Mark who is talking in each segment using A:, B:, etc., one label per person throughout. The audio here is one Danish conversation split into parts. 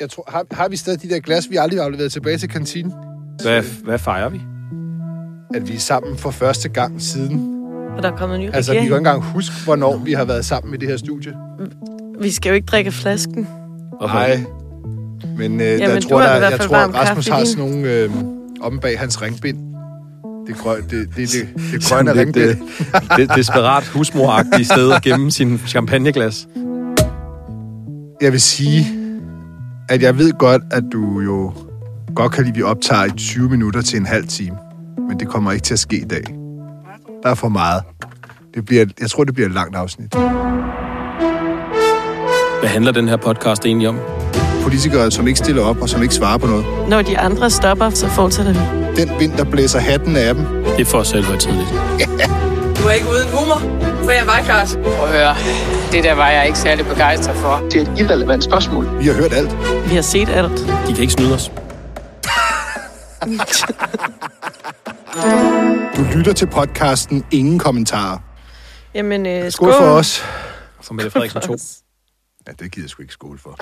A: Jeg tror, har, har vi stadig de der glas, vi aldrig har leveret tilbage til kantinen?
B: Hvad, hvad fejrer vi?
A: At vi er sammen for første gang siden.
C: Og der er kommet en ny
A: Altså, vi kan
C: regering.
A: ikke engang huske, hvornår vi har været sammen i det her studie.
C: Vi skal jo ikke drikke af flasken.
A: Nej. Men øh,
C: Jamen,
A: jeg
C: du
A: tror,
C: har i
A: der,
C: hvert
A: jeg
C: fald
A: tror
C: varm
A: at Rasmus
C: kaffe i
A: har
C: din.
A: sådan nogle øh, om bag hans ringbind. Det, grøn, det, det, det, det grønne
B: lidt,
A: ringbind.
B: øh, det, desperat husmoragtige sted at gemme sin champagneglas. øh.
A: Jeg vil sige, at jeg ved godt, at du jo godt kan lide, at vi optager i 20 minutter til en halv time. Men det kommer ikke til at ske i dag. Der er for meget. Det bliver, jeg tror, det bliver et langt afsnit.
B: Hvad handler den her podcast egentlig om?
A: Politikere, som ikke stiller op og som ikke svarer på noget.
C: Når de andre stopper, så fortsætter vi.
A: Den vind, der blæser hatten af dem.
B: Det er for selvhøjtidligt.
D: Du er ikke uden humor, for jeg var klart.
E: Prøv at høre, det der var jeg ikke særlig begejstret for.
F: Det er et irrelevant spørgsmål.
A: Vi har hørt alt.
C: Vi har set alt.
B: De kan ikke snyde os.
A: Du lytter til podcasten Ingen Kommentarer.
C: Jamen, øh, skål.
A: Skål for os.
B: For Mette Frederiksen 2.
A: Ja, det gider jeg sgu ikke skål for.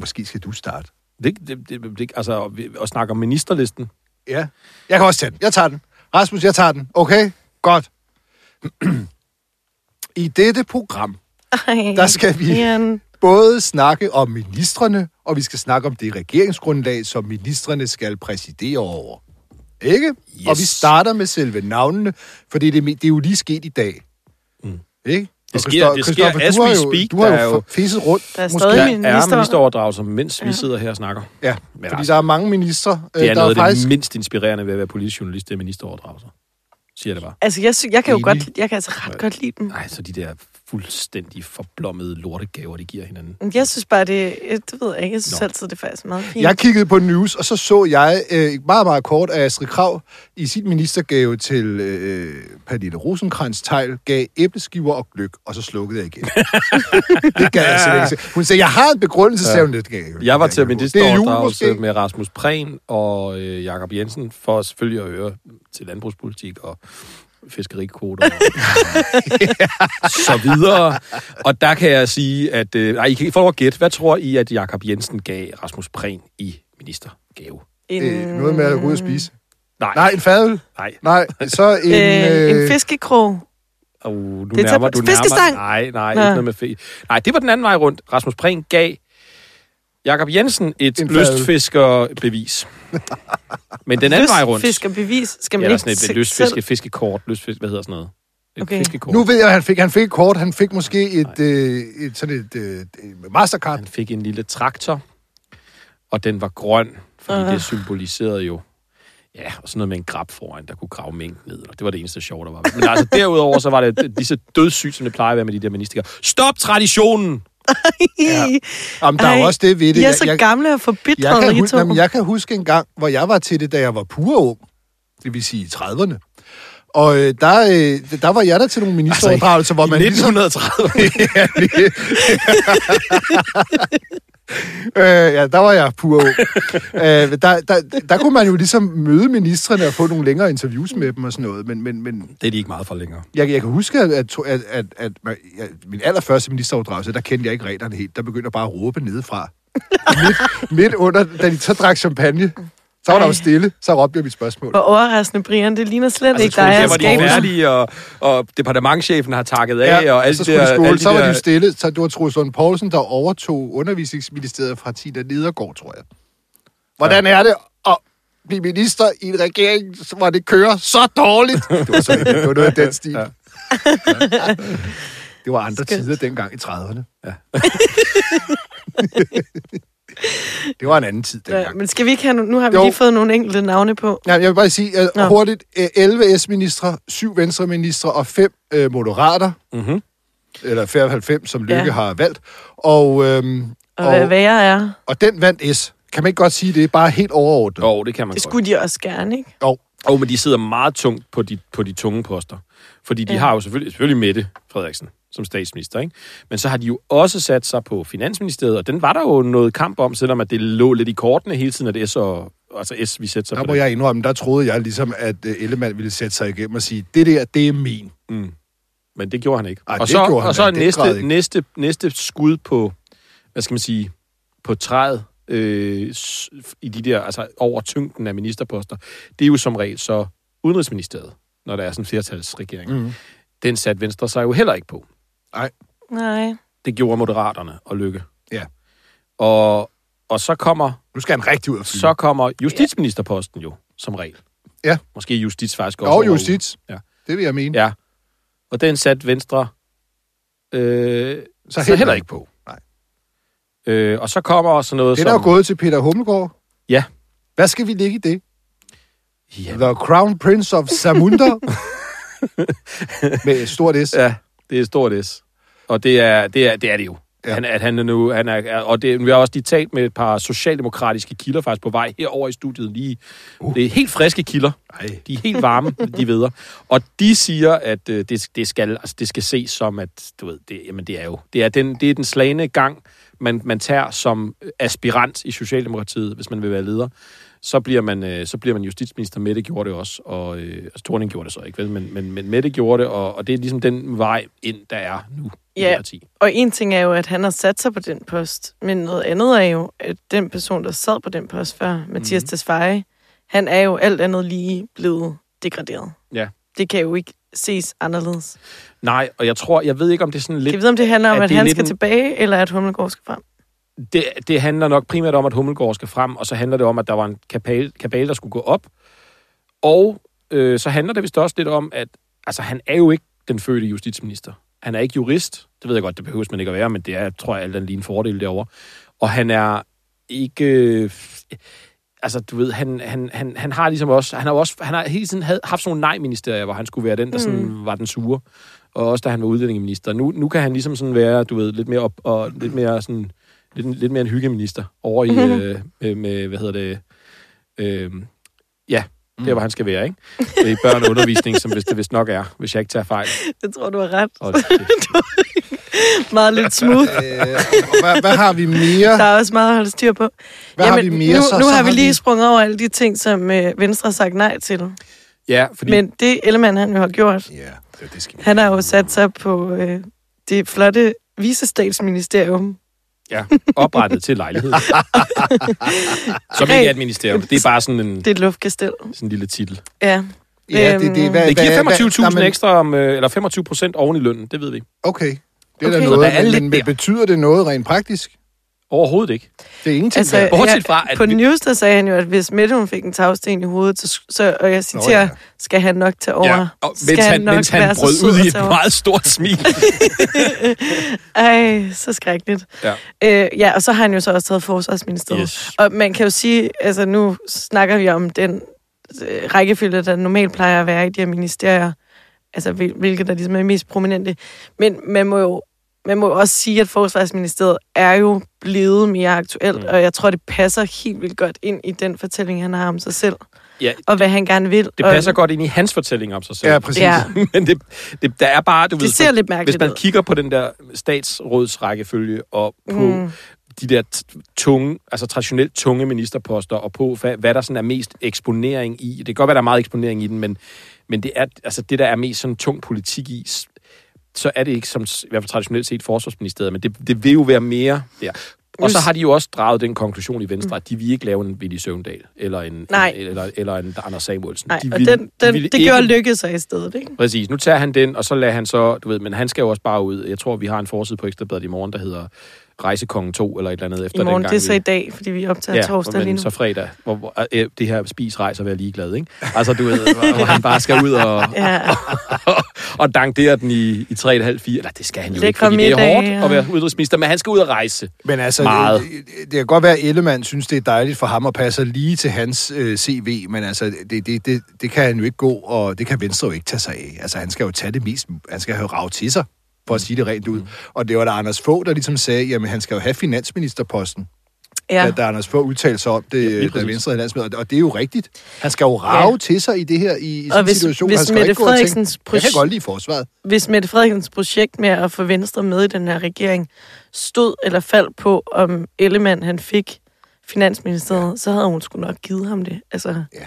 A: Måske skal du starte.
B: Det, det, det, det, altså, og vi- og snakke om ministerlisten.
A: Ja. Jeg kan også tage den. Jeg tager den. Rasmus, jeg tager den. Okay? Godt. I dette program,
C: Ej,
A: der skal vi
C: Jan.
A: både snakke om ministerne, og vi skal snakke om det regeringsgrundlag, som ministerne skal præsidere over. Ikke? Yes. Og vi starter med selve navnene, for det er, det, det er jo lige sket i dag. Mm. Ikke? Og
B: sker-
A: Christo-
B: det sker
A: Christoffer,
B: as
A: du har
B: we
A: jo,
B: speak.
A: Du har
B: Der er
A: jo
B: jo-
A: fisset rundt.
C: Der er
A: måske.
C: stadig-
B: Der
C: er
B: er
C: minister-
B: ministeroverdragelser, mens vi sidder her og snakker.
A: Ja,
B: Men
A: fordi
B: altså-
A: der er mange ministre. Øh,
B: Det er
A: der
B: noget af
A: faktisk...
B: det mindst inspirerende ved at være politisk journalist, det er ministeroverdragelser. Siger jeg det bare.
C: Altså, jeg, sy- jeg kan jo
A: Enig.
C: godt, jeg kan altså ret godt lide dem.
B: Nej, så de der fuldstændig forblommede lortegaver, de giver hinanden.
C: Jeg synes bare, det, øh, det ved jeg ikke. Jeg synes
B: Nå.
C: Nå. altid, det er faktisk meget fint.
A: Jeg kiggede på news, og så så jeg øh, meget, meget kort, at Astrid Krav i sin ministergave til øh, Pernille rosenkrantz teil gav æbleskiver og gløk, og så slukkede jeg igen. det gav jeg slet ikke. se. Hun sagde, jeg har en begrundelse, sagde hun lidt.
B: Jeg var til ministeroverdragelse
A: med...
B: med Rasmus Prehn og øh, Jakob Jensen, for selvfølgelig at høre til landbrugspolitik og fiskerikvoter og så videre. Og der kan jeg sige, at... Øh, ej, I kan I får lov at gætte. Hvad tror I, at Jakob Jensen gav Rasmus Prehn i ministergave?
C: en,
A: Øh, noget med at gå ud og spise.
B: Nej,
A: Nej, en fadøl.
B: nej.
A: Nej, så en...
C: øh, en fiskekrog.
B: Oh, nu
C: Det er
B: nærmer
C: tab-
B: du nærmer.
C: fiskestang.
B: Nej, nej,
C: Nå.
B: ikke noget med fe. Nej, det var den anden vej rundt. Rasmus Prehn gav Jakob Jensen et
A: En
B: lystfiskerbevis. Men den anden vej rundt.
C: Fisk og bevis. Skal man
B: Eller
C: ikke
B: sådan et
C: se-
B: lystfiske,
C: selv-
B: fiskekort, lystfisk, hvad hedder sådan noget? Et
C: Okay.
B: fiskekort.
A: Nu ved jeg, at han fik, han fik et kort. Han fik måske et, øh, et sådan et øh, et mastercard.
B: Han fik en lille traktor, og den var grøn, fordi
C: Ah.
B: det symboliserede jo Ja, og sådan noget med en grab foran, der kunne grave mængden ned. Og det var det eneste sjov, der var. ved det. Men altså, derudover, så var det lige så dødssygt, som det plejer at være med de der minister. Stop traditionen!
C: I-
A: Jamen, der er
C: Ej,
A: jo også det ved det.
C: I er
A: Jeg-
C: så
A: jeg-
C: gamle og
A: Jeg
C: forbitrede,
A: kan,
C: I to.
A: huske, jamen, jeg kan huske en gang, hvor jeg var til det, da jeg var pur ung. Det vil sige i 30'erne. Og øh, der, øh, der var jeg der til nogle ministeroverdragelser, altså, hvor
B: I
A: man ligesom...
B: 1930.
A: Øh, ja, der var jeg pur ung. øh, der, der, der kunne man jo ligesom møde ministerne og få nogle længere interviews med dem og sådan noget. Men, men, men
B: Det er de ikke meget for længere.
A: jeg, jeg kan huske, at, at, at, at, at, at min allerførste ministeroverdragelse, der kendte jeg ikke reglerne helt. Der begyndte jeg bare at råbe nedefra. midt, midt under, da de så drak champagne, så var der jo
C: Ej.
A: stille, så råbte jeg mit spørgsmål.
C: Hvor overraskende, Brian. Det ligner slet altså, ikke dig.
B: troede,
C: jeg
B: der
C: er
B: var de
C: skabelsen.
B: færdige, og, og departementchefen har takket af,
A: Ja,
B: og alle
A: så
B: de
A: skulle
B: der...
A: de skole,
B: alle
A: så var
B: der,
A: de jo stille. Så det var Troels Lund Poulsen, der overtog undervisningsministeriet fra Tina Nedergaard, tror jeg. Hvordan er det at blive minister i en regering, hvor det kører så dårligt? Det var, så, det var noget af den stil. Ja. Det var andre
C: Skønt.
A: tider dengang i 30'erne. Ja. det var en anden tid
C: Ja,
A: dengang.
C: men skal vi ikke have... No- nu har vi
A: Jo.
C: lige fået nogle enkelte navne på.
A: Ja, jeg vil bare sige uh,
C: Nå.
A: hurtigt, uh, 11 S-ministre, 7 venstreministre og 5 uh, moderater.
B: Mhm.
A: Eller 95, som Lykke
C: Ja.
A: ja. har valgt. Og, øhm,
C: Og, og hvad
A: og,
C: værre er...
A: og den vandt S. Kan man ikke godt sige, det er bare helt overordnet?
B: Jo, det kan man
C: Det
B: godt.
C: skulle de også gerne, ikke?
A: Jo.
B: Jo, men de sidder meget tungt på de, på de tunge poster. Fordi de
C: Ja.
B: ja. har jo selvfølgelig, selvfølgelig Mette Frederiksen som statsminister, ikke? Men så har de jo også sat sig på Finansministeriet, og den var der jo noget kamp om, selvom at det lå lidt i kortene hele tiden, at S og altså S, vi sætter sig
A: Der
B: på
A: må
B: det.
A: jeg indrømme, der troede jeg ligesom, at øh, Ellemann ville sætte sig igennem og sige, det der, det er min.
B: Men det gjorde han ikke.
A: Ej,
B: og
A: det
B: så,
A: gjorde han
B: og så
A: da
B: er
A: i den grad
B: næste,
A: ikke.
B: næste, næste skud på, hvad skal man sige, på træet øh, s- i de der, altså over tyngden af ministerposter, det er jo som regel så udenrigsministeriet, når der er sådan en flertalsregering.
A: Mm.
B: Den satte Venstre sig jo heller ikke på.
C: Nej.
B: Det gjorde Moderaterne og Lykke.
A: Ja.
B: Og, og så kommer
A: Nu skal han rigtig ud af flyve.
B: så kommer justitsministerposten jo, som regel.
A: Mm. Ja.
B: Måske justits faktisk også.
A: Og
B: over
A: justits.
B: Ja.
A: Det vil jeg mene.
B: ugen. Ja. Og den satte Venstre øh, så, så
A: heller
B: heller
A: ikke.
B: ikke på.
A: Nej.
B: Øh, og så kommer også noget
A: Den
B: som...
A: er jo gået til Peter Hummelgaard.
B: Ja.
A: Hvad skal vi ligge i det?
B: Ja,
A: The Crown Prince of Samunda. Med et stort S.
B: Ja, det er et stort S. Og det er det, er, det, er det jo.
A: Ja.
B: Ja. Han, at han er nu, han er, og det, vi har også lige talt med et par socialdemokratiske kilder faktisk på vej herover i studiet lige. Uh. Det er helt friske kilder.
A: Ej.
B: De er helt varme, de veder. Og de siger, at øh, det, det, skal, altså, det skal ses som, at du ved, det, jamen, det er jo det er den, det er den slagende gang, man, man tager som aspirant i Socialdemokratiet, hvis man vil være leder. Så bliver man, øh, så bliver man justitsminister. Mette gjorde det også, og øh, altså, Thorning gjorde det så ikke, vel? Men, men, men Mette gjorde det, og, og det er ligesom den vej ind, der er nu i
C: Ja.
B: det parti.
C: Og en ting er jo, at han har sat sig på den post, men noget andet er jo, at den person, der sad på den post før, Mathias mm.
B: Mhm.
C: Tesfaye, han er jo alt andet lige blevet degraderet.
B: Ja.
C: Det kan jo ikke ses anderledes. Lidt.
B: Nej, og jeg tror, jeg ved ikke, om det er sådan
C: Kan
B: lidt...
C: vi vide, om det handler om,
B: er
C: at
B: det
C: han
B: lidt
C: skal
B: en-
C: tilbage, eller at Hummelgaard skal frem?
B: det, det handler nok primært om, at Hummelgaard skal frem, og så handler det om, at der var en kabale, kabale der skulle gå op. Og øh, så handler det vist også lidt om, at altså, han er jo ikke den fødte justitsminister. Han er ikke jurist. Det ved jeg godt, det behøves man ikke at være, men det er, tror jeg, alt andet lige en fordel derovre. Og han er ikke... Øh, altså, du ved, han, han, han, han har ligesom også... Han har, jo også, han har hele tiden havde, haft sådan nogle nej-ministerier, hvor han skulle være den, der sådan var den sure. Og også da han var udlændingeminister. Nu, nu kan han ligesom sådan være, du ved, lidt mere op og lidt mere sådan... Lidt, lidt mere en hyggeminister over i... øh, med, med, hvad hedder det... Øh, ja,
A: Mm.
B: der hvor han skal være, ikke? I børne- og undervisning, som hvis det vist nok er, hvis jeg ikke tager fejl.
C: Jeg tror, du har ret.
B: Og det,
C: Meget lidt smooth.
A: Øh, hvad, hvad har vi mere?
C: Der er også meget at holde styr på.
A: Hvad har vi mere?
C: nu,
A: Så-
C: nu
A: så
C: har
A: har
C: vi lige
A: vi-
C: sprunget over alle de ting, som øh, Venstre har sagt nej til.
B: ja, fordi...
C: Men det Ellemann, han jo har gjort,
A: Ja, det, det skal vi.
C: Han har jo sat sig på øh, det flotte visestatsministerium.
B: Ja, oprettet til lejlighed. Som ikke er et ministerium. Det er bare sådan en,
C: Det er et luftkastel.
B: sådan en lille titel.
C: Ja. Øhm,
A: Ja, det, det, hvad,
B: Øhm, Det
A: hvad-
B: giver
A: hvad-
B: 25.000
A: Nå, men-
B: ekstra, om, øh, eller 25 procent oven i lønnen, det ved vi.
A: Okay, det er okay.
C: Okay.
A: da
C: Så
A: noget.
B: der er
A: men-
B: lidt
A: men
B: der.
A: betyder det noget rent praktisk?
B: Overhovedet ikke.
A: Det er ingenting.
C: Altså,
A: værd.
B: Bortset
C: jeg-
B: fra, at
C: på
B: vi-
C: news, der sagde han jo, at hvis Mette hun fik en tagsten i hovedet, så, så og jeg citerer,
A: ja.
C: ja. skal han nok tage over. Ja.
B: og mens han, mens han brød ud i et meget stort smil.
C: Ej, så skrækkeligt.
B: Ja.
C: Øh, ja, og så har han jo så også taget forsvarsministeriet.
B: Yes.
C: Og man kan jo sige, altså nu snakker vi om den øh, rækkefølge, der normalt plejer at være i de her ministerier, altså hvil- hvilket der ligesom er mest prominente. Men man må jo man må jo også sige, at forsvarsministeriet er jo blevet mere aktuelt, mm. og jeg tror, det passer helt vildt godt ind i den fortælling, han har om sig selv,
B: Ja,
C: og hvad han gerne vil.
B: det
C: og
B: passer godt ind i hans fortælling om sig selv.
A: Ja, præcis.
C: Ja.
B: Men det, det, der er bare, du ved,
C: Det ser
B: hvis-
C: lidt mærkeligt
B: hvis man
C: ud.
B: kigger på den der statsrådsrækkefølge og på mm. de der t- tunge, altså traditionelt tunge ministerposter og på, hvad, hvad der sådan er mest eksponering i. Det kan godt være, der er meget eksponering i den, men, men det er, altså det, der er mest sådan tung politik i, s- så er det ikke som, s- i hvert fald traditionelt set, forsvarsministeriet, men det, det vil jo være mere der. Og så har de jo også draget den konklusion i Venstre, at de vil ikke lave en Willy Søvndal, eller en,
C: Nej.
B: en eller, eller en Anders Samuelsen.
C: Nej,
B: de
C: og
B: ville-
C: den, den,
B: ville
C: det gjorde
B: ikke-
C: lykke sig i stedet, ikke?
B: Præcis. Nu tager han den, og så lader han så, du ved, men han skal jo også bare ud. Jeg tror, vi har en forside på Ekstrabladet i morgen, der hedder Rejsekongen 2, eller et eller andet efter
C: I
B: den
C: morgen, det er
B: gang.
C: så i dag, fordi vi optager ja, torsdag
B: men
C: lige nu.
B: så fredag, hvor, hvor øh, det her spis, rejser og være ligeglad, ikke? Altså, du ved, hvor, hvor han bare skal ud og,
C: Ja.
B: og dankdere den i, i 3,5-4. Eller det skal han jo ikke,
C: Lækre
B: fordi det er
C: middage,
B: hårdt
C: ja.
B: at være udenrigsminister, men han skal ud og rejse.
A: Men altså,
B: Meget.
A: Det, det kan godt være, at Ellemann synes, det er dejligt for ham og passer lige til hans øh, CV, men altså, det, det, det, det kan han jo ikke gå, og det kan Venstre jo ikke tage sig af. Altså, han skal jo tage det mest, han skal have rav til sig, for at sige det rent
B: Mm.
A: ud. Og det var da Anders Fogh, der ligesom sagde, jamen han skal jo have finansministerposten, ja.
C: ja.
A: da, da Anders Fogh udtalte sig om det,
B: lige
A: ja, da
B: præcis.
A: Venstre havde landsmødet, og det er jo rigtigt. Han skal jo rave ja.
C: Ja.
A: til sig i det her, i, i sådan
C: Og
A: en
C: hvis,
A: situation. han
C: hvis
A: skal
C: Mette
A: ikke gå og tænke,
C: Frederiksens
A: Jeg kan
C: projekt,
A: godt lide forsvaret.
C: hvis Mette Frederiksens projekt med at få Venstre med i den her regering stod eller faldt på, om Ellemann han fik finansministeriet, ja. så havde hun sgu nok givet ham det. Altså,
A: Ja.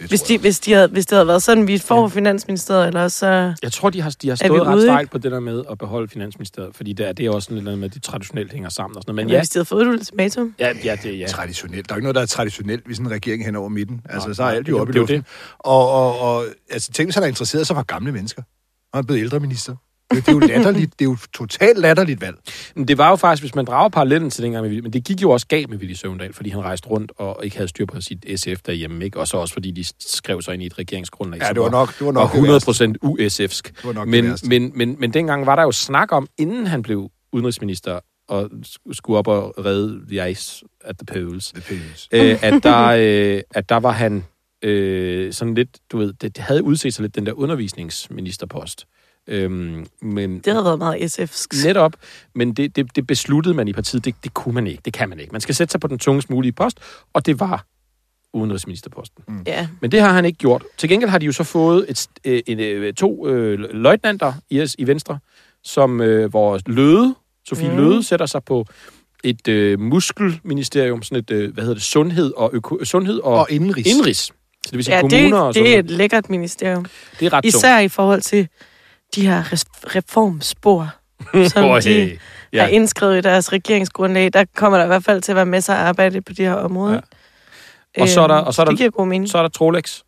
A: Det
C: Hvis,
A: tror jeg.
C: de, hvis, de havde, hvis det havde været sådan, vi får Finansministeriet, eller så...
B: Jeg tror, de har, de har
C: Er vi
B: stået ret
C: ude,
B: stejlt på det der med at beholde Finansministeriet, fordi der, det er også sådan et eller andet med, at de traditionelt hænger sammen og sådan noget. Men
C: Ja.
B: ja,
C: Hvis de havde fået et ultimatum.
B: ja, ja, det, ja.
A: Traditionelt. Der er ikke noget, der er traditionelt, hvis en regering hen over midten. Altså,
B: Nej,
A: så er
B: nej,
A: alt
B: det
A: jo
B: er-
A: oppe i
B: det er jo
A: luften. Og, og, og altså, tænk, hvis han er interesseret sig for gamle mennesker. Og han er blevet ældreminister. Det, det er jo latterligt. det er jo totalt latterligt valg.
B: Men det var jo faktisk, hvis man drager parallellen til dengang med Willy, men det gik jo også galt med Willy Søvndal, fordi han rejste rundt og ikke havde styr på sit SF derhjemme, ikke? Og så også fordi de skrev sig ind i et regeringsgrundlag,
A: Ja,
B: som
A: det var nok- det var nok det
B: 100 USF'sk.
A: Det var nok det
B: men,
A: værste.
B: men, men, men dengang var der jo snak om, inden han blev udenrigsminister, og skulle op og redde the ice at the polls,
A: Det findes.
B: øh, at, der, øh, at der var han øh, sådan lidt, du ved, det, det havde udset sig lidt den der undervisningsministerpost. Øhm, men,
C: Det havde været meget SF.
B: Netop, men det, det, det besluttede man i partiet, det, det kunne man ikke, det kan man ikke. Man skal sætte sig på den tungest mulige post, og det var udenrigsministerposten. Mm.
C: Ja.
B: Men det har han ikke gjort. Til gengæld har de jo så fået et, st- øh, en, øh, to øh, løjtnanter i, os- i Venstre, som øh, vores Løde, Sofie mm. Løde, sætter sig på et øh, muskelministerium, sådan et, øh, hvad hedder det, sundhed og, øko, sundhed og,
A: Og indenrigs.
B: indenrigs. Så det vil sige
C: Ja,
B: Altså, kommuner
C: det,
B: og
C: det er
B: sådan
C: et lækkert ministerium.
B: Det er ret tungt.
C: Især i forhold til de her res- reformspor, som
B: Åh,
C: de
B: hey.
C: ja. er indskrevet i deres regeringsgrundlag. Der kommer der i hvert fald til at være masser af arbejde på de her områder. Ja.
B: Og så er der- og så er der-
C: det giver god mening.
B: Mm. så er der Trolex.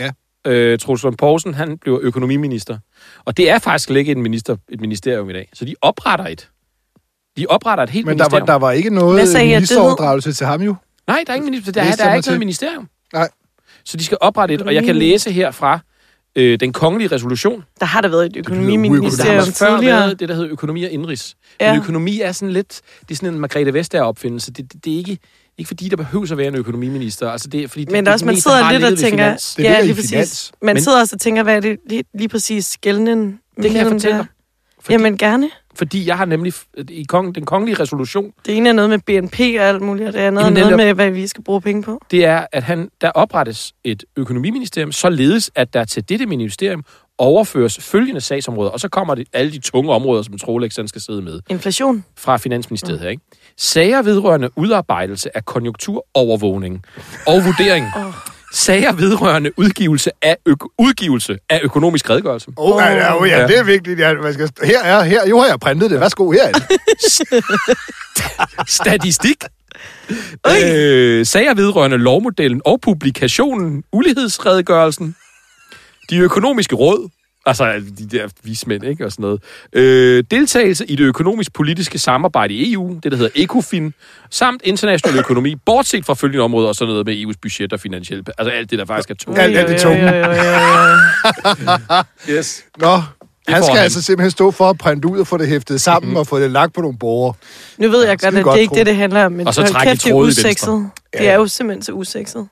A: Ja.
B: Øh, Troels Lund Poulsen, han bliver økonomiminister. Og det er faktisk ikke et, minister, et ministerium i dag. Så de opretter et. De opretter et helt
A: Men der var,
B: ministerium.
A: der var ikke noget
C: Hvad sagde jeg, det hed?
A: ministeroverdragelse til ham jo.
B: Nej, der er ingen minister. Der, er,
A: Læste
B: der er
A: mig
B: ikke
A: til.
B: noget ministerium.
A: Nej.
B: Så de skal oprette et. Og jeg kan læse her fra øh, den kongelige resolution.
C: Der har der været et
B: Der har
C: økonomiministerium
B: også før
C: tidligere.
B: været det, der hedder økonomi og indrigs. Ja.
C: Ja.
B: Men økonomi er sådan lidt... Det er sådan en Margrethe Vestager opfindelse. Det, det, det er ikke, ikke fordi, der behøver at være en økonomiminister. Altså det, er, fordi det,
C: Men
B: det
C: også, man
B: meste
C: sidder
B: har
C: lidt og
B: ligget ved
C: tænker...
B: finans.
A: Det ligger i
C: præcis.
A: finans.
C: Man
B: Men-
C: sidder også og tænker, hvad er det lige, lige præcis skældende?
B: Det kan jeg fortælle dig. Fordi-
C: Jamen gerne.
B: Fordi jeg har nemlig f- i kong, den kongelige resolution,
C: Det ene er noget med BNP og alt muligt, og det andet er
B: Jamen,
C: noget
B: netop.
C: med, hvad vi skal bruge penge på.
B: det er, at han, der oprettes et økonomiministerium, således at der til dette ministerium overføres følgende sagsområder, og så kommer det alle de tunge områder, som Trolex han skal sidde med
C: Inflation.
B: fra Finansministeriet her, ikke? Sager vedrørende udarbejdelse af konjunkturovervågning og vurdering. Sager vedrørende udgivelse af, øko- udgivelse af økonomisk redegørelse.
A: Åh, oh, ja, oh, ja, det er vigtigt. Ja, man skal, her er, her, jo har jeg printet det. Værsgo, her er det.
B: statistik. Øh, sager vedrørende lovmodellen og publikationen, ulighedsredegørelsen, de økonomiske råd, altså de der vismænd, ikke, og sådan noget. Øh, deltagelse i det økonomisk-politiske samarbejde i EU, det der hedder ECOFIN, samt international økonomi, bortset fra følgende områder og sådan noget med EU's budget og finansielle, altså alt det, der faktisk er tungt.
A: Alt- alt det tunge.
C: Jo, jo, jo, jo, jo.
B: Yes.
A: Nå, han
B: får
A: skal
B: han. Mhm.
A: altså simpelthen stå for at printe ud og få det hæftet sammen og få det lagt på nogle borgere.
C: Nu ved jeg
A: Skide
C: godt, at det
A: godt,
C: er ikke
A: Troels.
C: det, det handler om, men
B: Og så
C: hold
B: træk i
C: kæft, det er
B: tråde i Venstre.
C: usekset.
A: Ja,
C: Det
A: ja.
C: er jo simpelthen så usekset,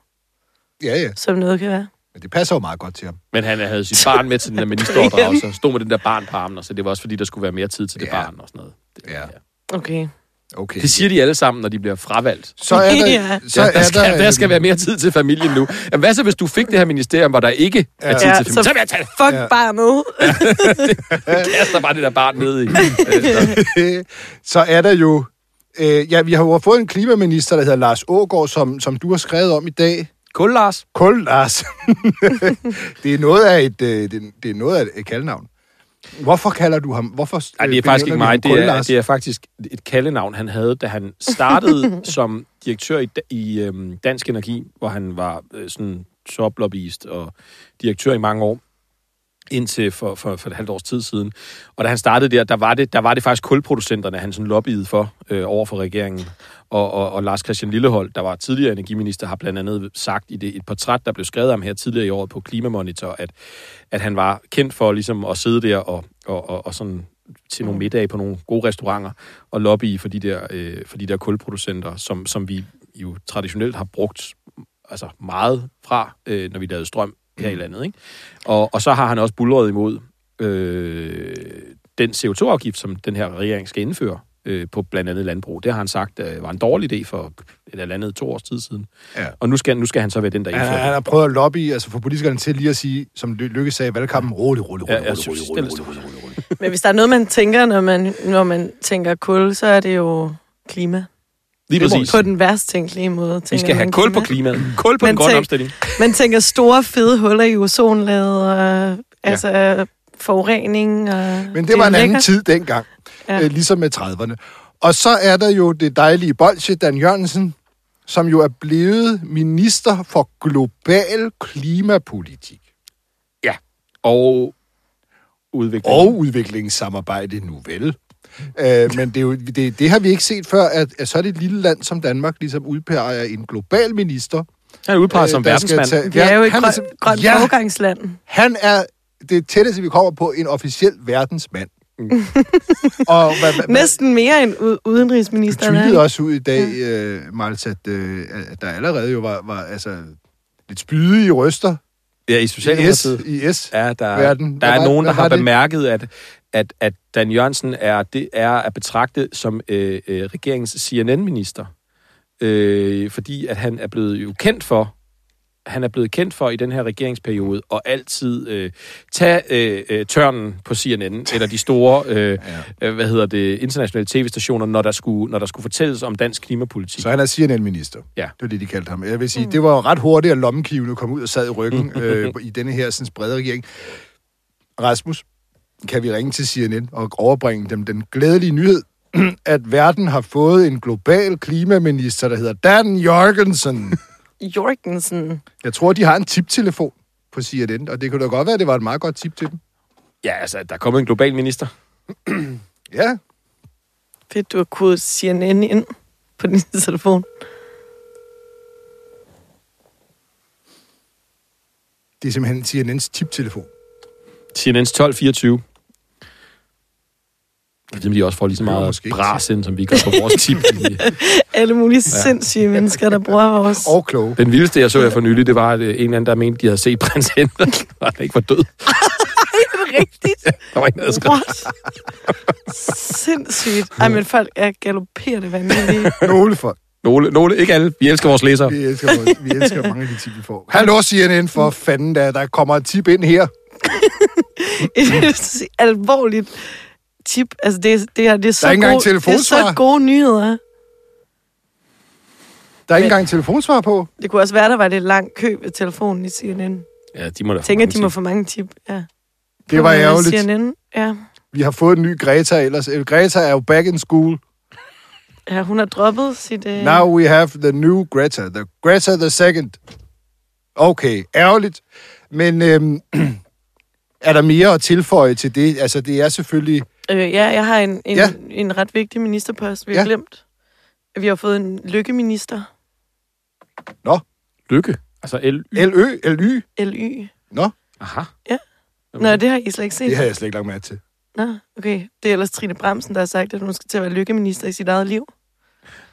A: Ja, ja.
C: som noget kan være.
A: Men det passer jo meget godt til ham.
B: Men han havde sit barn med til den der ministeroverdragelse, og stod med den der barn på armen, og så det var også fordi, der skulle være mere tid til det
A: Ja.
B: barn og sådan noget. Det,
A: Ja.
C: Okay.
A: Okay.
B: Det siger de alle sammen, når de bliver fravalgt.
A: Så er der,
C: Ja.
A: så
B: ja,
A: er
B: der, skal, der,
A: øhm,
B: skal være mere tid til familien nu. Jamen, hvad så, hvis du fik det her ministerium, hvor der ikke ja. er tid
C: Ja,
B: til familien? Så,
C: så-
B: så vil jeg tage
C: Fuck ja. barnet.
B: kaster bare det der barn ned i.
A: så er der jo... Øh, ja, vi har jo fået en klimaminister, der hedder Lars Ågård, som, som du har skrevet om i dag.
B: Kul, Lars.
A: Kul Lars. det er noget af et, øh, det, det er noget af et kaldenavn. Hvorfor kalder du ham? Hvorfor
B: Ej, det er
A: øh,
B: faktisk ikke
A: benævner vi ham
B: mig. Det
A: Kul
B: er,
A: Lars?
B: det er faktisk et kaldenavn, han havde, da han startede som direktør i, i øhm, Dansk Energi, hvor han var øh, sådan toplobbyist og direktør i mange år indtil for, for, for et halvt års tid siden. Og da han startede der, der var det, der var det faktisk kulproducenterne, han sådan lobbyede for øh, over for regeringen. Og, og, og Lars Christian Lillehold, der var tidligere energiminister, har blandt andet sagt i det, et portræt, der blev skrevet om her tidligere i året på Klimamonitor, at, at han var kendt for ligesom at sidde der og, og, og, og sådan til nogle middage på nogle gode restauranter og lobbye for de der, øh, for de der kulproducenter, som, som vi jo traditionelt har brugt altså meget fra, øh, når vi lavede strøm her i landet. Ikke? Og, og så har han også bulret imod øh, den CO2-afgift, som den her regering skal indføre øh, på blandt andet landbrug. Det har han sagt øh, var en dårlig idé for et eller andet to års tid siden.
A: Ja.
B: Og nu skal, nu skal han så være den, der
A: Han,
B: indfører
A: han
B: det.
A: har prøvet at lobby, altså få politikerne til lige at sige, som Ly- Lykke sagde i valgkampen, rolig, rolig, rolig,
B: Ja, ja,
A: rolig, rolig,
B: stille,
A: rolig,
B: stille,
A: rolig,
B: stille,
A: rolig, rolig, rolig.
C: Men hvis der er noget, man tænker, når man, når man tænker kul, så er det jo klima.
B: Lige
C: Det må-
B: præcis.
C: På den værst tænkelige måde.
B: Vi
C: tænker
B: skal have
C: man,
B: kul på
C: ikke?
B: klimaet. Kul på den
C: Men
B: grønne
C: tænk-
B: omstilling.
C: Man tænker store, fede huller i ozonlaget, og altså forurening. Og
A: Men det var
C: er
A: en anden
C: lækkert.
A: tid dengang,
C: Ja.
A: ja. øh, ligesom med 30'erne. Og så er der jo det dejlige bolsje, Dan Jørgensen, som jo er blevet minister for global klimapolitik
B: Og udvikling.
A: og udviklingssamarbejde nu vel. Øh, men det, er jo, det, det har vi ikke set før, at, at så er det et lille land som Danmark ligesom udpeger en global minister.
B: Han er udpeget
A: øh,
B: som
A: der skal
B: verdensmand.
A: tage-
C: Vi er jo et
A: han
C: grønt,
A: sim-
C: grønt
A: ja,
C: foregangsland.
A: Han er det tætteste, vi kommer på en officiel verdensmand. og hvad, hvad,
C: Næsten mere end u-
A: Du
C: udenrigsministeren.
A: tweetede
C: er.
A: også ud i dag, øh, Mals, at, øh, at der allerede jo var, var altså, lidt spyde i røster
B: Ja, i
A: i S.
B: Socialdemokratiet.
A: I S.
B: Ja, der,
A: Verden.
B: der
A: Hvad
B: er
A: var-
B: nogen, der
A: hvad
B: har
A: var det?
B: bemærket, at, at, at Dan Jørgensen er, det er at betragte som øh, øh, regeringens CNN-minister. Øh, fordi at han er blevet jo kendt for, han er blevet kendt for i den her regeringsperiode, og altid øh, tage øh, øh, tørnen på CNN, eller de store øh, ja. hvad hedder det, internationale tv-stationer, når der, skulle, når der skulle fortælles om dansk klimapolitik.
A: Så han er CNN-minister.
B: Ja.
A: Det var det, de kaldte ham. Jeg vil sige, mm. det var jo ret hurtigt, at lommekivene kom ud og sad i ryggen øh, i denne her sådan, brede regering. Rasmus, kan vi ringe til CNN og overbringe dem den glædelige nyhed, at verden har fået en global klimaminister, der hedder Dan Jorgensen.
C: Jorgensen.
A: Jeg tror, de har en tiptelefon på CNN, og det kunne da godt være, at det var et meget godt tip til dem.
B: Ja, altså, der er kommet en global minister.
A: Ja,
C: Fedt, du har kodet CNN ind på din telefon.
A: det er simpelthen CNN's tiptelefon.
B: CNN's 1224. Jeg ved, om de også får lige så
A: Det er
B: meget
A: måske ikke
B: bras ind, som vi gør på vores tip.
C: Alle mulige ja. sindssyge mennesker, der bruger vores...
A: Og kloge.
B: Den vildeste, jeg så her for nylig, det var at, øh, en eller anden, der mente, de havde set prins Henrik, og han ikke var død.
C: rigtigt.
B: Der var en, der havde skrevet.
C: What? Sindssygt. Ej, men folk er galopperende vanvittige.
A: Nogle folk.
B: Nogle, nogle, ikke alle. Vi elsker vores læsere.
A: Vi elsker, vores- vi elsker mange af de tip, vi får. Hallo CNN, for fanden da, der kommer et tip ind her.
C: Et alvorligt tip. Altså, det, er- det, her, det, er, så
A: ikke engang
C: gode, det er så
A: telefonsvar.
C: gode nyheder.
A: Der er ikke engang telefonsvar på.
C: Det kunne også være, der var lidt lang kø ved telefonen i CNN.
B: Ja, de må da
C: Jeg tænker,
B: mange
C: de må
B: tip.
C: få mange tip. Ja.
A: Det var
C: På, øh,
A: ærgerligt.
C: CNN. Ja.
A: Vi har fået en ny Greta ellers. Øh, Greta er jo back in school.
C: ja, hun har droppet sit... Øh...
A: Now we have the new Greta. The Greta the second. Okay, ærgerligt. Men øhm, er der mere at tilføje til det? Altså, det er selvfølgelig...
C: Øh, ja, jeg har en, en, ja.
A: Ja.
C: en ret vigtig ministerpost, vi har ja.
A: Ja.
C: glemt. Vi har fået en lykkeminister,
B: Lykke. Altså, L.
A: LØ, LY.
C: LY.
A: Nå,
B: Aha.
C: Nå, det har I slet ikke set.
A: det har jeg slet ikke lagt mærke til.
C: Nå, okay. Det er ellers Trine Bremsen, der har sagt, at hun skal til at være lykkeminister i sit eget liv.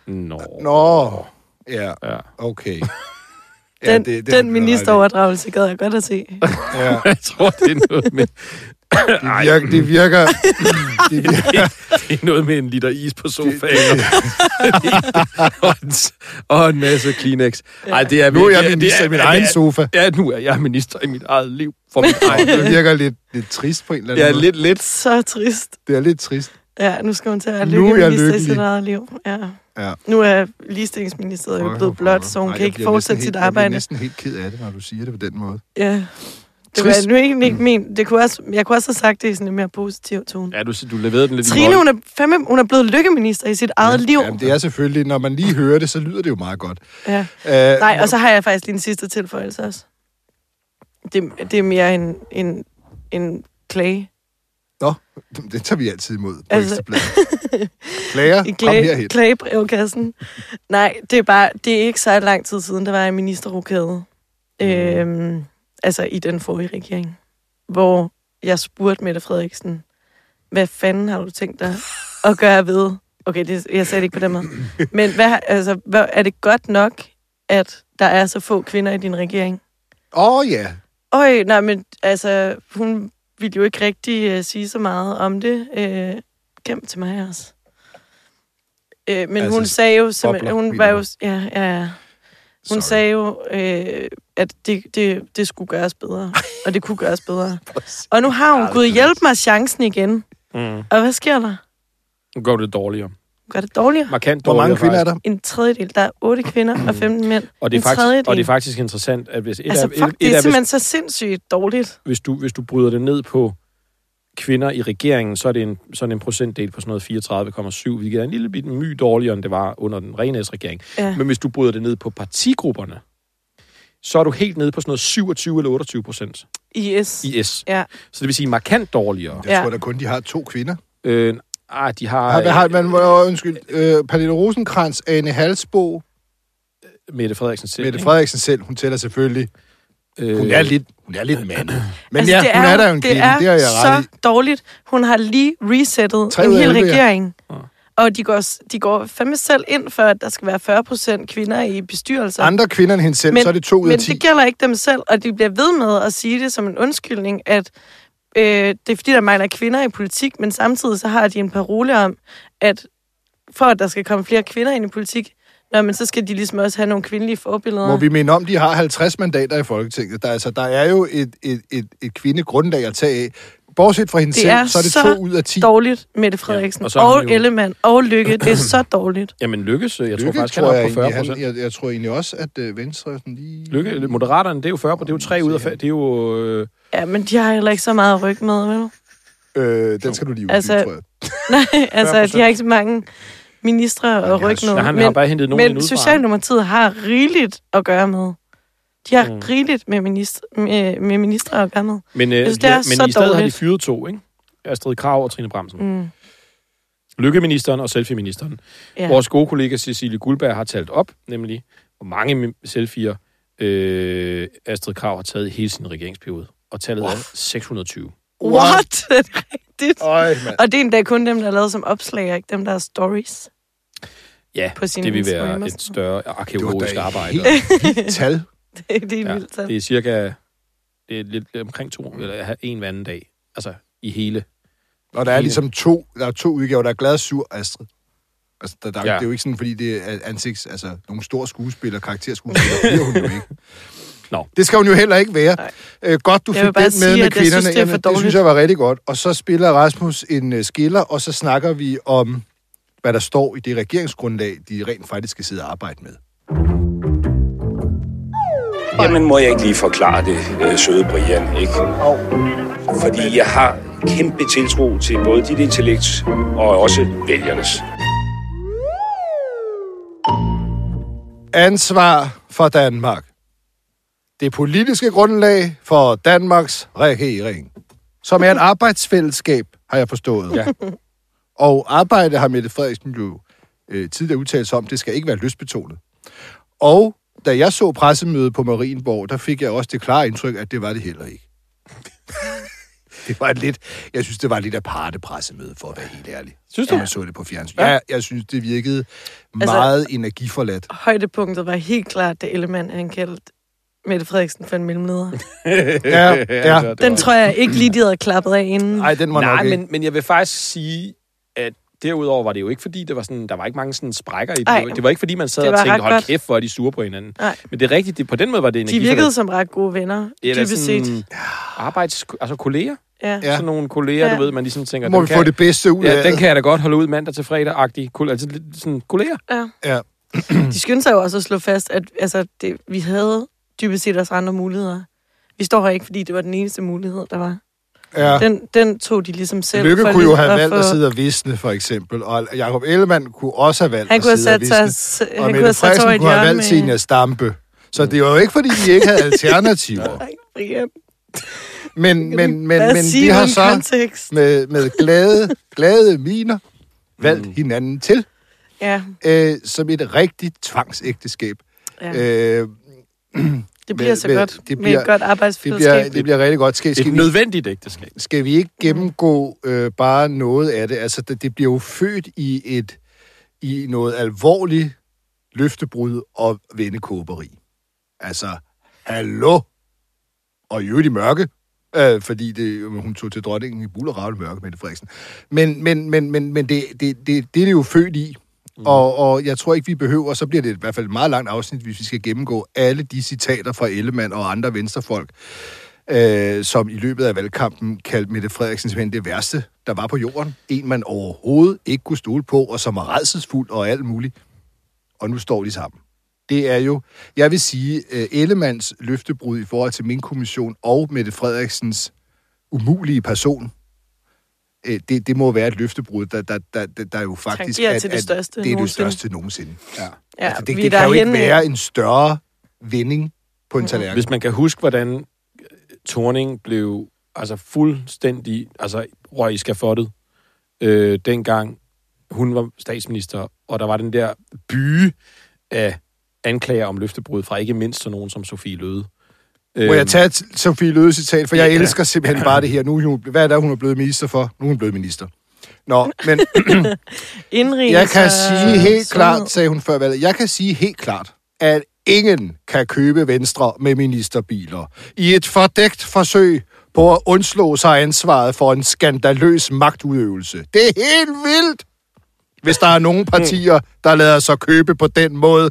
B: Nå.
A: Nå, ja,
B: Ja.
A: okay.
C: Den, ja, det,
A: har
C: den
A: du ret i.
C: ministeroverdragelse gad jeg godt at se.
A: Ja,
B: Jeg tror, det er noget med,
A: det virker... Det virker, det virker
B: det er noget med en liter is på sofaen. og, en, og en masse Kleenex. Ej, det er
A: nu er jeg
B: det
A: minister i min
B: det
A: egen
B: er-
A: sofa.
B: Ja, nu er jeg minister i mit eget liv. For mit eget
A: Det virker lidt, lidt trist på en eller anden
B: Ja,
A: måde.
B: lidt, lidt.
C: Så trist.
A: Det er lidt trist.
C: Ja, nu skal hun til at være
A: Nu er jeg
C: lykkeminister i
A: lykkelig.
C: sit eget liv. Ja.
A: Ja.
C: Nu er ligestillingsministeriet jo blevet blot, så hun
A: Ej,
C: kan
A: jeg
C: ikke
A: bliver
C: fortsætte
A: næsten
C: sit
A: helt- Jeg
C: arbejde.
A: bliver næsten helt ked af det, når du siger det på den måde.
C: Ja. Det
A: Trist.
C: var nu egentlig ikke min. Det kunne også, jeg kunne også have sagt det i sådan en mere positiv tone.
B: Ja, du, du leverede den lidt i
C: Trine, hun er, fandme, hun er blevet lykkeminister i sit eget liv.
A: Jamen, det er selvfølgelig, når man lige hører det, så lyder det jo meget godt.
C: Ja.
A: Øh,
C: Nej, og så har jeg faktisk lige en sidste tilføjelse også. Det, det er mere en, en, en klage.
A: Nå, det tager vi altid imod på
C: Altså-
A: altså... Klager,
C: I
A: Ah, kom
C: klage,
A: herhen.
C: klagebrevkassen. Nej, det er bare, det er ikke så lang tid siden, der var en ministerrokade. Øhm, altså i den forrige regering. Hvor jeg spurgte Mette Frederiksen, hvad fanden har du tænkt dig at gøre ved? Okay, det, jeg sagde det ikke på den måde. Men hvad, altså, hvad, er det godt nok, at der er så få kvinder i din regering?
A: Åh oh, ja,
C: Øj, nej, men altså, hun ville jo ikke rigtig øh, sige så meget om det. Øh, gemt til mig også. Øh, men altså,
A: Altså,
C: hun sagde jo, som,
A: bobler,
C: hun
A: mener
C: var
A: du?
C: jo, ja, ja, ja. Hun
A: Sorry.
C: sagde jo, øh, at det, det, det skulle gøres bedre, og det kunne gøres bedre. Og nu har hun, gud hjælp mig, chancen igen.
B: Mm.
C: Og hvad sker der?
B: Nu går det dårligere.
C: Gør det dårligere.
B: Markant
A: Hvor mange
B: dårligere,
A: kvinder er der?
C: En tredjedel. Der er otte kvinder og 15 mænd.
B: Og det, er
C: en
B: faktisk,
C: tredjedel.
B: og det er faktisk interessant, at hvis, et
C: altså,
B: altså,
C: fuck,
B: af, et,
C: det
B: et af,
C: er
B: hvis,
C: simpelthen så sindssygt dårligt.
B: hvis, du, hvis du bryder det ned på kvinder i regeringen, så er det en, sådan en procentdel på sådan noget 34,7, hvilket er en lille bit my dårligere, end det var under den rene regering.
C: Ja.
B: Men hvis du bryder det ned på partigrupperne, så er du helt nede på sådan noget 27 eller 28 procent
C: IS.
B: i S.
C: Ja.
B: Så det vil sige markant dårligere.
A: Jeg
C: Ja.
A: tror da kun, de har to kvinder.
B: Øh, ah, de har...
A: Har, har,
B: øh,
A: man må undskyld. Øh, Pernille Rosenkrantz, Ane Halsbo,
B: Mette Frederiksen selv.
A: Mette
B: ikke?
A: Frederiksen selv, hun tæller selvfølgelig.
B: Øh,
A: Hun er lidt, hun er lidt mandet. Men
C: Altså,
A: altså, ja, hun er, der jo en kvinde, det, har jeg
C: så
A: ret i.
C: dårligt. Hun har lige resettet
A: Tre
C: en
A: ud af
C: hel
A: elleve, ja.
C: regering. Ja. Og de går, s- de går fandme selv ind for, at der skal være 40 procent kvinder i bestyrelser.
A: Andre kvinder end hende selv, men, så er det to ud
C: men
A: af ti.
C: det gælder ikke dem selv, og de bliver ved med at sige det som en undskyldning, at øh, det er fordi, der mangler kvinder i politik, men samtidig så har de en parole om, at for at der skal komme flere kvinder ind i politik, nå, men så skal de ligesom også have nogle kvindelige forbilleder.
A: Må vi minde om, de har 50 mandater i Folketinget. Der, altså, der er jo et, et, et, et kvindegrundlag at tage af. Bortset fra hende
C: Det
A: selv,
C: er
A: så er det
C: så
A: to ud af ti.
C: dårligt, Mette Frederiksen, ja,
B: og
C: og,
B: så har
C: og
B: hun jo-
C: Ellemann, og Lykke. Det er så dårligt.
B: Jamen lykkes, øh, jeg Lykke, tror faktisk,
A: tror
B: han er
A: jeg,
B: oppe på 40
A: egentlig,
B: procent.
A: han, jeg, jeg tror egentlig også, at øh, Venstre er sådan lige...
B: Lykke, Moderaterne, det er jo 40, det er jo 3 ud af 5, det er jo... Øh,
C: Ja, men de har heller ikke så meget at rykke med, vel?
A: Øh, den skal du lige uddybe,
C: Altså,
A: tror jeg.
C: Nej, altså,
B: 40%.
C: de har ikke så mange ministre
A: de har
C: at rykke
A: sy-
B: nej,
C: med.
B: han har bare hentet nogen ind
C: men
B: udefra.
C: Socialdemokratiet har rigeligt at gøre med. De har mm. rigeligt med, minister, med, med ministre at gøre med.
B: Men, øh,
C: synes, Altså, det er
B: men i
C: så
B: stedet har de
C: dårligt.
B: fyret to, ikke? Astrid Krav og Trine Bramsen.
C: Mm.
B: Lykkeministeren og selfie-ministeren.
C: Ja.
B: Vores gode kollega Cecilie Guldberg har talt op, nemlig hvor mange mi- selfier øh, Astrid Krav har taget i hele sin regeringsperiode. Og tallet er 620.
C: What? Er det rigtigt?
A: Øj, mand.
C: Og det er endda kun dem, der er lavet som opslag, og ikke dem, der er stories.
B: Ja,
C: På sin
B: det vil
C: Instagram
B: være
C: og
B: et
C: sådan
B: større arkeologisk
A: Det var da
B: arbejde.
A: helt vildt tal.
C: Det er helt
B: Ja,
C: vildt. tal.
B: det er cirka det er lidt omkring to, eller en hver anden dag. Altså i hele.
A: Og der er ligesom to, der er to udgaver. Der er glad og sur Astrid. Altså, der, der, ja.
B: Ja.
A: Det er jo ikke sådan, fordi det er ansigts... Altså, nogle store skuespillere, karakterskuespillere, det bliver hun jo ikke.
B: Nå.
A: Det skal hun jo heller ikke være. Øh, godt, du
C: Jeg
A: fik
C: vil bare
A: den med
C: sige,
A: med
C: at jeg
A: kvinderne.
C: synes, det er for
A: det synes
C: dårligt.
A: jeg var rigtig godt. Og så spiller Rasmus en øh, skiller, og så snakker vi om, hvad der står i det regeringsgrundlag, de rent faktisk skal sidde og arbejde med.
F: Jamen, må jeg ikke lige forklare det, øh, søde Brian, ikke? Fordi jeg har kæmpe tiltro til både dit intellekt og også vælgernes.
A: Ansvar for Danmark. Det politiske grundlag for Danmarks regering, som er et arbejdsfællesskab, har jeg forstået.
B: Ja.
A: Og arbejde har Mette Frederiksen jo øh, tidligere udtalt sig om, det skal ikke være lystbetonet. Og da jeg så pressemødet på Marienborg, der fik jeg også det klare indtryk, at det var det heller ikke. det var et lidt, jeg synes, det var et lidt aparte pressemøde, for at være helt ærlig.
B: Synes
A: Ja.
B: du?
A: Jeg så det på fjernsyn. Ja, jeg synes, det virkede
C: Altså-
A: meget energiforladt.
C: Højdepunktet var helt klart, da Ellemann han kaldte Mette Frederiksen for en mellemleder.
A: Ja, ja.
C: Den tror jeg ikke lige, de havde klappet af inden.
A: Nej, den var
B: Nej,
A: nok ikke.
B: men, men jeg vil faktisk sige, at derudover var det jo ikke fordi, det var sådan, der var ikke mange sådan sprækker i det.
C: Ej.
B: Det var- Det var ikke fordi, man sad og
C: Det var
B: tænkte,
C: ret
B: hold
C: godt.
B: kæft, hvor er de sure på hinanden.
C: Nej.
B: Men det er rigtigt, det, på den måde var det
C: De
B: energi.
C: virkede som ret gode venner,
B: eller
C: dybest
B: sådan,
C: set.
B: arbejds, altså kolleger.
C: Ja.
A: Ja.
B: Ja. Sådan nogle kolleger,
C: Ja.
B: du ved, man ligesom tænker...
A: Nu må
B: den
A: vi få det bedste ud af
B: Ja, den kan jeg da godt holde ud mandag til fredag-agtig. Kol- altså lidt sådan kolleger.
C: ja.
A: Ja.
C: De skyndte sig jo også at slå fast, at altså, det, vi havde dybest set også andre muligheder. Vi står her ikke, fordi det var den eneste mulighed, der var.
A: Ja.
C: Den, den tog de ligesom selv.
A: Ah. Lykke
C: for
A: kunne jo
C: ligesom
A: have valgt
C: få-
A: at sidde og visne, for eksempel. Og Jacob Ellemann kunne også have valgt
C: Han
A: at
C: kunne have
A: sidde og
C: sat sig,
A: visne.
C: s-
A: Og
C: han kunne
A: Mette
C: have sat sig over
A: Frederiksen
C: et
A: kunne have
C: hjørne
A: valgt Senior
C: med... Mm.
A: Stampe. Så det var jo ikke, fordi de ikke havde alternativer.
C: Ej, Brian,
A: Men, men, men,
C: hvad
A: men
C: siger
A: de har
C: du i
A: så
C: Kontekst?
A: med, med glade, glade miner valgt hinanden til
C: Ja,
A: øh, som et rigtigt tvangsægteskab.
C: ja.
A: Øh,
C: det bliver
A: med-
C: så
A: med-
C: godt
A: det
C: med
A: bliver-
C: et godt
A: det, bliver,
C: arbejdsfællesskab.
A: det bliver rigtig godt. Skal, skal
B: Et
A: vi
B: nødvendigt ægteskab.
A: skal vi ikke gennemgå øh, bare noget af det? Altså, det, det bliver jo født i et i noget alvorligt løftebrud og vendekåberi. Altså, hallo! Og i øvrigt i mørke, øh, fordi det, hun tog til dronningen i bullerravle mørke, Mette Frederiksen. Men, men, men, men, men det, det, det, det er det jo født i. Mm. Og, og jeg tror ikke, vi behøver, så bliver det i hvert fald et meget langt afsnit, hvis vi skal gennemgå alle de citater fra Ellemann og andre venstrefolk, øh, som i løbet af valgkampen kaldte Mette Frederiksen simpelthen det værste, der var på jorden. En, man overhovedet ikke kunne stole på, og som var redselsfuld og alt muligt. Og nu står de sammen. Det er jo, jeg vil sige, øh, Ellemands løftebrud i forhold til min kommission og Mette Frederiksens umulige person, øh, det, det må være et løftebrud, der, der, der, der, der jo faktisk
C: Tangerer til det
A: det
C: største
A: er det
C: nogensinde.
A: største nogensinde. Ja.
C: Ja,
A: altså, det,
C: vi
A: det
C: er
A: kan jo ikke
C: derhenne.
A: være en større vending på en tallerken.
B: Hvis man kan huske, hvordan Torning blev altså fuldstændig altså, røg i skafottet, øh, dengang hun var statsminister, og der var den der byge af anklager om løftebrud fra ikke mindst sådan nogen som Sofie Løde. Øhm,
A: Må jeg tage et Sofie Løde citat, for jeg
B: Ja.
A: elsker simpelthen bare det her. Nu, er hun- hvad er det, hun er blevet minister for? Nu er hun blevet minister. Nå, men
C: Indrigs øh,
A: jeg kan
C: og
A: sige helt
C: sundhed.
A: klart, sagde hun før valget, jeg kan sige helt klart, at ingen kan købe Venstre med ministerbiler. I et fordækt forsøg på at undslå sig ansvaret for en skandaløs magtudøvelse. Det er helt vildt, hvis der er nogen partier, der lader sig købe på den måde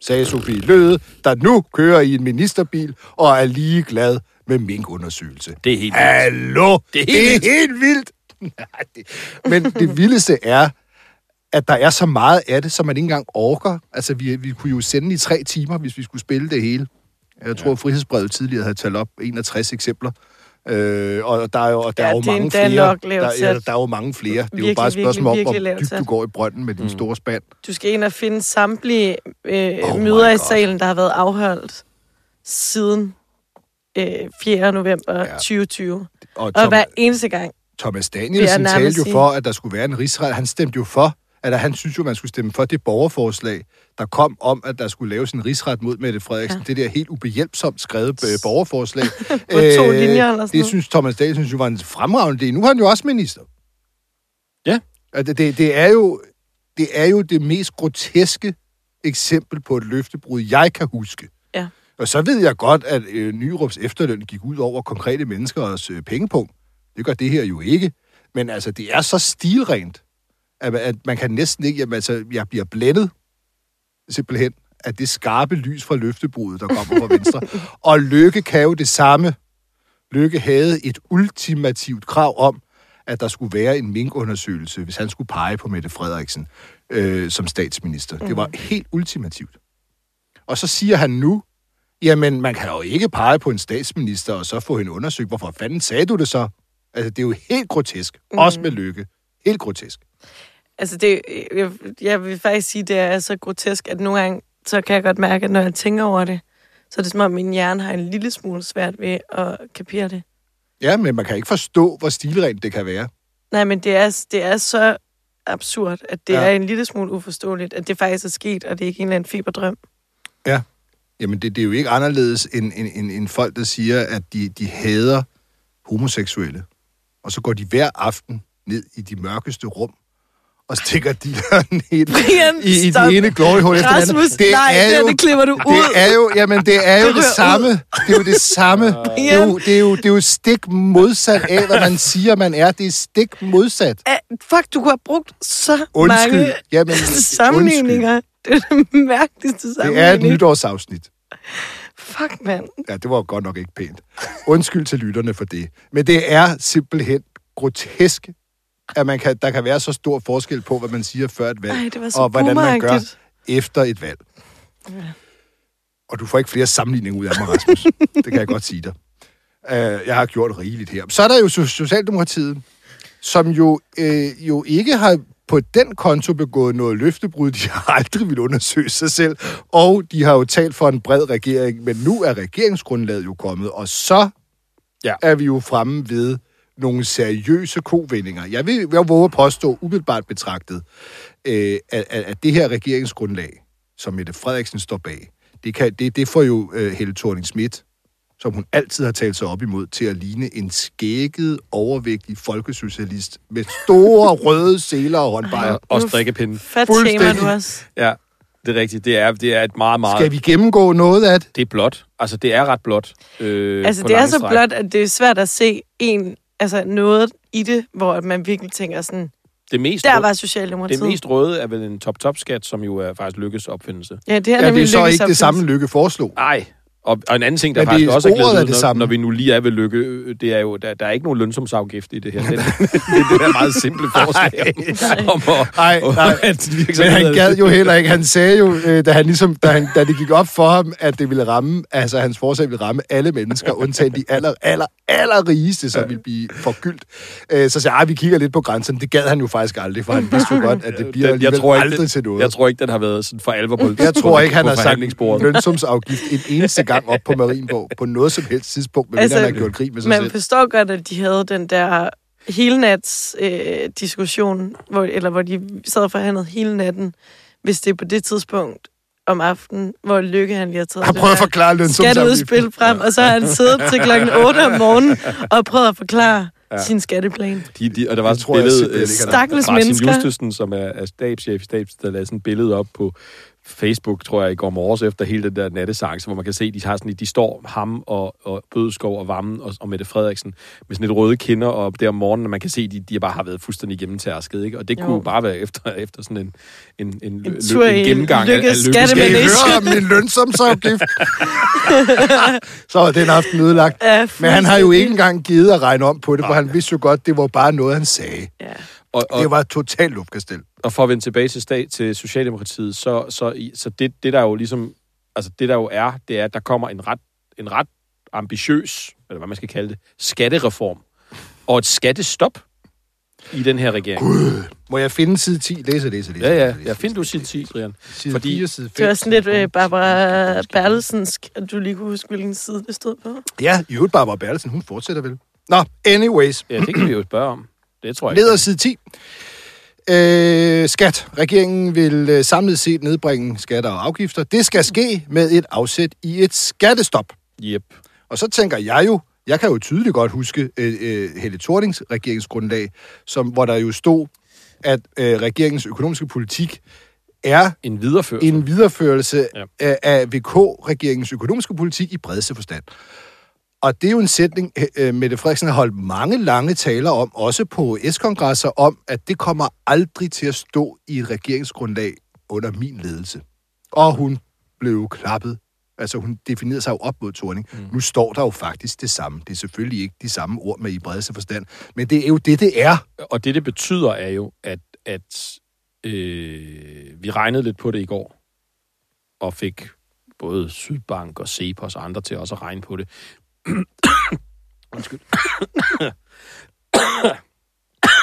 A: sagde Sofie Løde, der nu kører i en ministerbil og er ligeglad med minkundersøgelse.
B: Det er helt
A: Hallo! Det er helt, det er helt vildt! Nej, det- Men det vildeste er, at der er så meget af det, som man ikke engang orker. Altså, vi, vi kunne jo sende i tre timer, hvis vi skulle spille det hele. Jeg tror, ja. Frihedsbrevet tidligere havde talt op 61 eksempler. Øh, og der er jo, og der
C: Ja,
A: er jo
C: det er
A: mange
C: endda
A: flere.
C: nok lavt
A: der, ja,
C: sat.
A: der er jo mange flere. Det er jo
C: Virkelig,
A: bare et spørgsmål
C: virkelig, virkelig
A: om,
C: lavt
A: hvor dybt du
C: sat.
A: går i brønden med din store spand.
C: Du skal ind og finde samtlige øh,
A: Oh
C: oh
A: my
C: møder i
A: God.
C: salen, der har været afholdt siden øh, 4. november
A: Ja.
C: ja. 2020.
A: Og,
C: Og
A: Tom-
C: hver eneste gang.
A: Thomas
C: Vil jeg
A: Danielsen
C: nærmest
A: talte jo
C: sige.
A: for, at der skulle være en rigsret. Han stemte jo for, at han synes jo, man skulle stemme for det borgerforslag, der kom om, at der skulle laves en rigsret mod Mette Frederiksen. Ja. Det der helt ubehjælpsomt skrevet øh, borgerforslag. Øh,
C: På to linjer eller sådan
A: Det
C: noget.
A: synes Thomas Danielsen jo var en fremragende idé. Nu er han jo også minister.
B: Ja.
A: Og Det, det, det, er jo, det er jo det mest groteske eksempel på et løftebrud, jeg kan huske.
C: Ja.
A: Og så ved jeg godt, at øh, Nyrups efterløn gik ud over konkrete menneskers øh, pengepunkt. Det gør det her jo ikke. Men altså, det er så stilrent, at, man- at man kan næsten ikke... Jamen, altså, jeg bliver blændet simpelthen af det skarpe lys fra løftebruddet, der kommer fra venstre. og Lykke kan jo det samme. Lykke havde et ultimativt krav om, at der skulle være en minkundersøgelse, hvis han skulle pege på Mette Frederiksen øh, som statsminister. Mm. Det var helt ultimativt. Og så siger han nu, jamen man kan jo ikke pege på en statsminister og så få hende undersøgt. Hvorfor fanden sagde du det så? Altså, det er jo helt grotesk. Mm. Også med lykke. Helt grotesk.
C: Altså, det, jeg, jeg vil faktisk sige, det er så grotesk, at nogle gange, så kan jeg godt mærke, at når jeg tænker over det, så er det som om, min hjerne har en lille smule svært ved at kapere det.
A: Ja, men man kan ikke forstå, hvor stilrent det kan være.
C: Nej, men det er, det er så absurd, at det
A: Ja.
C: ja. er en lille smule uforståeligt, at det faktisk er sket, og det er ikke en eller anden fiberdrøm.
A: Ja. Jamen, det, det er jo ikke anderledes end, end, end, end folk, der siger, at de, de hader homoseksuelle. Og så går de hver aften ned i de mørkeste rum og stikker de helt
C: Brian,
A: i, i
C: stop.
A: det ene gloriehul efter det
C: Rasmus,
A: andet. Det
C: nej, det
A: er
C: her,
A: jo,
C: det klipper du ud.
A: Det er jo, jamen, det er jo
C: Det
A: det,
C: ryger
A: samme. Det er jo det samme. det, er jo, det, er jo, det er jo stik modsat af, hvad man siger, man er. Det er stik modsat.
C: Ah, fuck, du kunne have brugt så
A: Undskyld.
C: mange
A: Jamen,
C: sammenligninger. Det er den mærkeligste
A: Det er et
C: sammenligning.
A: nytårsafsnit.
C: Fuck, mand.
A: Ja, det var godt nok ikke pænt. Undskyld til lytterne for det. Men det er simpelthen grotesk, at man kan, der kan være så stor forskel på, hvad man siger før et valg,
C: Ej, det var så
A: og hvordan man gør
C: boomeragtigt.
A: efter et valg. Og du får ikke flere sammenligninger ud af mig, Rasmus. det kan jeg godt sige dig. Uh, jeg har gjort rigeligt her. Så er der jo so- Socialdemokratiet, som jo, øh, jo ikke har på den konto begået noget løftebrud. De har aldrig vil undersøge sig selv. Og de har jo talt for en bred regering, men nu er regeringsgrundlaget jo kommet, og så
B: Ja.
A: er vi jo fremme ved nogle seriøse kovendinger. Jeg vil jeg våge at påstå, umiddelbart betragtet, øh, at, at, at det her regeringsgrundlag, som Mette Frederiksen står bag, det, kan, det, det får jo øh, Helle thorning Schmidt, som hun altid har talt sig op imod, til at ligne en skægget, overvægtig folkesocialist med store røde seler og håndbejer.
B: Også
C: Nu
B: drikkepinden.
C: Fat
A: Fuldstændig.
C: tamer du også.
B: Ja, det er rigtigt. Det er, det er et meget, meget...
A: Skal vi gennemgå noget af det?
B: Det er blot. Altså, det er ret blot. Øh,
C: Altså,
B: på
C: det er
B: lange
C: så
B: stræk.
C: blot, at det er svært at se en, altså noget i det, hvor at man virkelig tænker sådan,
B: Det mest
C: der
B: røde-
C: var
B: Det
C: Socialdemokratiet.
B: mest røde er vel en top-top-skat, som jo er faktisk lykkes opfindelse.
C: Ja, det er
A: Ja, det
C: nemlig ligesom
A: er så
C: Lykkes
A: ikke det
C: opfindelse.
A: samme, Lykke foreslog.
B: Nej, Og, og en anden ting, der
A: Men det-
B: faktisk også er
A: ordet er
B: glædeligt,
A: det
B: når,
A: samme.
B: når vi nu lige er ved lykke, øh, det er jo, der, der er ikke nogen lønsumsafgift i det her. Det, det, det er meget simple forslag om at...
A: Nej, nej.
B: at
A: Men
B: virksomheder-
A: han gad jo heller ikke. Han sagde jo, øh, da, han ligesom, da, han, da det gik op for ham, at det ville ramme, altså hans forslag ville ramme alle mennesker, undtagen de aller, aller, aller rigeste, som ville blive forgyldt. Øh, så sagde jeg, "Ej, vi kigger lidt på grænsen. Det gad han jo faktisk aldrig, for han vidste jo godt, at det bliver
B: Den-
A: alligevel aldrig
B: den-
A: til noget.
B: Jeg tror ikke, den har været sådan for alvor på
A: Jeg tror ikke, han
B: på
A: har sagt
B: forhandlingsbordet.
A: lønsumsafgift en eneste gang op på Marienborg på noget som helst tidspunkt, men altså, han har gjort grin med sig
C: man
A: selv.
C: forstår godt, at de havde den der hele nats øh, diskussion, hvor, eller hvor de sad og forhandlede hele natten, hvis det er på det tidspunkt om aftenen, hvor Lykke han lige har taget
A: Han prøver at forklare lønsumsafgift.
C: skatteudspil frem, og så har han siddet til klokken 8 om morgenen og prøvet at forklare ja. sin skatteplan.
B: De, de, og der var
A: Det
B: sådan
A: tror
B: et
A: jeg
B: billede,
A: simpelthen
B: øh,
A: ikke, han
C: har. Stakkels
B: Martin
C: mennesker.
B: Justesen, som er, er stabschef i stabs, der lavede sådan et billede op på Facebook, tror jeg, i går morges efter hele den der nattesance, hvor man kan se, de har sådan, et- de står ham og, og Bødeskov og Vammen og, og Mette Frederiksen med sådan et røde kinder, og der om morgenen, og man kan se, de, de bare har været fuldstændig gennemtærsket, ikke? Og det jo.
C: Jo.
B: kunne jo bare være efter, efter sådan en, en, en, lø-
C: tur i Lykkes
A: Kan I
C: Men det er
A: høre om min lønsumsafgift? så var den aften ødelagt.
C: Ja,
A: Men han har jo ikke engang givet at regne om på det, for han vidste jo godt, det var bare noget, han sagde.
C: Ja.
B: Og, og,
A: Det var totalt luftkastel.
B: og for at vende tilbage til, stat, til Socialdemokratiet, så, så, i- så det, det, der jo ligesom, altså det der jo er, det er, at der kommer en ret, en ret ambitiøs, eller hvad man skal kalde det, skattereform og et skattestop i den her regering. God,
A: Må jeg finde side 10? Læse, læse, læse.
B: ja, ja.
A: læse,
B: Jeg
A: læse,
B: finder du
A: læse,
B: sin
A: læse,
B: 10, Brian.
A: læse. Side
B: Fordi-
A: 4, side 5.
C: Det var sådan lidt øh, Barbara Bertelsensk, at du lige kunne huske, hvilken side det stod på.
A: Ja, i øvrigt Barbara Bertelsen, hun fortsætter vel. Nå, anyways.
B: Ja, det kan vi jo spørge om. Det tror jeg
A: Ned ad side 10. Øh, skat. Regeringen vil øh, samlet set nedbringe skatter og afgifter. Det skal ske med et afsæt i et skattestop.
B: Yep.
A: Og så tænker jeg jo, jeg kan jo tydeligt godt huske øh, øh, Helle Thornings regeringsgrundlag, som, hvor der jo stod, at øh, regeringens økonomiske politik er
B: En videreførelse.
A: en videreførelse
B: Ja.
A: ja. af, af VK-regeringens økonomiske politik i bredeste forstand. Og det er jo en sætning, øh, Mette Frederiksen har holdt mange lange taler om, også på S-kongresser, om, at det kommer aldrig til at stå i et regeringsgrundlag under min ledelse. Og hun blev jo klappet. Altså, hun definerede sig jo op mod Thorning. Mm. Nu står der jo faktisk det samme. Det er selvfølgelig ikke de samme ord med i bredeste forstand, men det er jo det, det er.
B: og det, det betyder, er jo, at, at øh, vi regnede lidt på det i går, og fik både Sydbank og Cepos og andre til også at regne på det. Undskyld.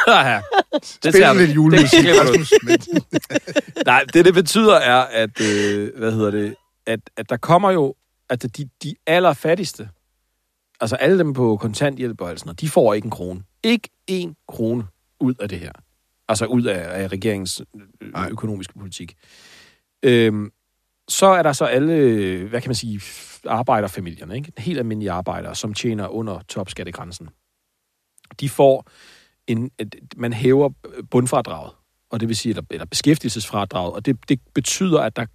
B: ja, det
A: Spil lidt julemusik,
B: Det klipper du.
A: Rasmus, men-
B: Nej, det det betyder er, at, øh, hvad hedder det, at, at der kommer jo, at de, de allerfattigste, altså alle dem på kontanthjælp og alt sådan noget, de får ikke en krone. Ikke en krone ud af det her. Altså ud af, af regeringens ø-
A: Nej.
B: økonomiske politik. Øhm, så er der så alle, øh, hvad kan man sige, f- arbejderfamilierne, ikke? helt almindelige arbejdere, som tjener under topskattegrænsen. De får en, at man hæver bundfradraget, og det vil sige, eller, eller beskæftigelsesfradraget, og det, det betyder, at der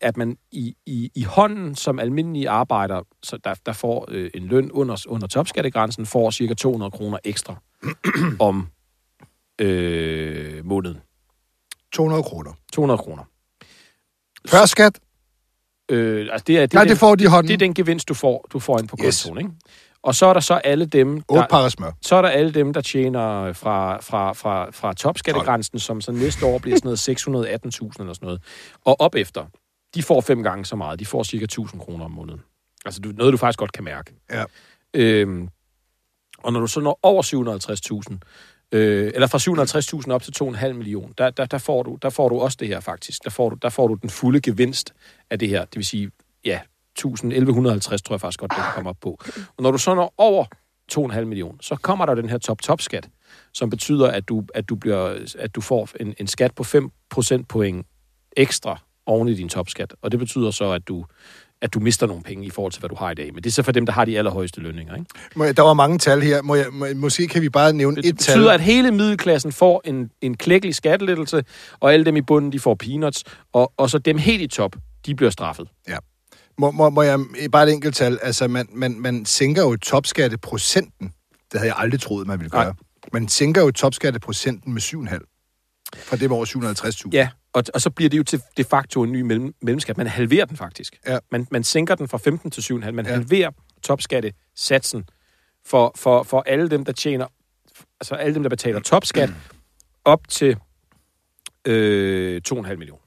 B: at man i, i, i hånden som almindelige arbejder, så der, der får øh, en løn under, under topskattegrænsen, får cirka 200 kroner ekstra om øh, måneden.
A: 200 kroner.
B: 200 kroner.
A: Før skat?
B: Øh, altså det er, det, er
A: Nej,
B: den,
A: det får de i hånden.
B: det er den gevinst, du får, du får ind på
A: Yes.
B: kontoen. Ikke? Og så er der så alle dem,
A: 8
B: der,
A: pakker smør.
B: så er der alle dem, der tjener fra, fra, fra, fra topskattegrænsen, som så næste år bliver sådan noget 618.000 eller sådan noget. Og op efter, de får fem gange så meget. De får cirka 1.000 kroner om måneden. Altså du, noget, du faktisk godt kan mærke.
A: Ja.
B: Øhm, og når du så når over 750.000, øh, eller fra 750.000 op til 2,5 millioner, der, der, der, får du, der får du også det her faktisk. Der får, du, der får du den fulde gevinst af det her. Det vil sige, ja, 1.000, 1.150 tror jeg faktisk godt, det kan komme op på. Og når du så når over 2,5 millioner, så kommer der den her top-top-skat, som betyder, at du, at du, bliver, at du får en, en skat på 5 procentpoint ekstra oven i din topskat. Og det betyder så, at du, at du mister nogle penge i forhold til, hvad du har i dag. Men det er så for dem, der har de allerhøjeste lønninger. Ikke?
A: Må jeg, der var mange tal her. Må jeg, må, måske kan vi bare nævne
B: Det,
A: et
B: det betyder,
A: tal.
B: at hele middelklassen får en, en klækkelig skattelettelse, og alle dem i bunden, de får peanuts, og, og så dem helt i top, de bliver straffet.
A: Ja. Må, må, må jeg bare et enkelt tal? Altså, man, man, man sænker jo topskatteprocenten. Det havde jeg aldrig troet, man ville gøre.
B: Nej.
A: Man sænker jo topskatteprocenten med 7,5. Fra det med over 750.000.
B: Ja, Og, og så bliver det jo til de facto en ny mellem, mellemskat. Man halverer den faktisk.
A: Ja.
B: Man, man sænker den fra 15 til 7,5. Man
A: Ja.
B: ja. halverer topskattesatsen for, for, for alle dem, der tjener... Altså alle dem, der betaler topskat op til øh, 2,5 millioner.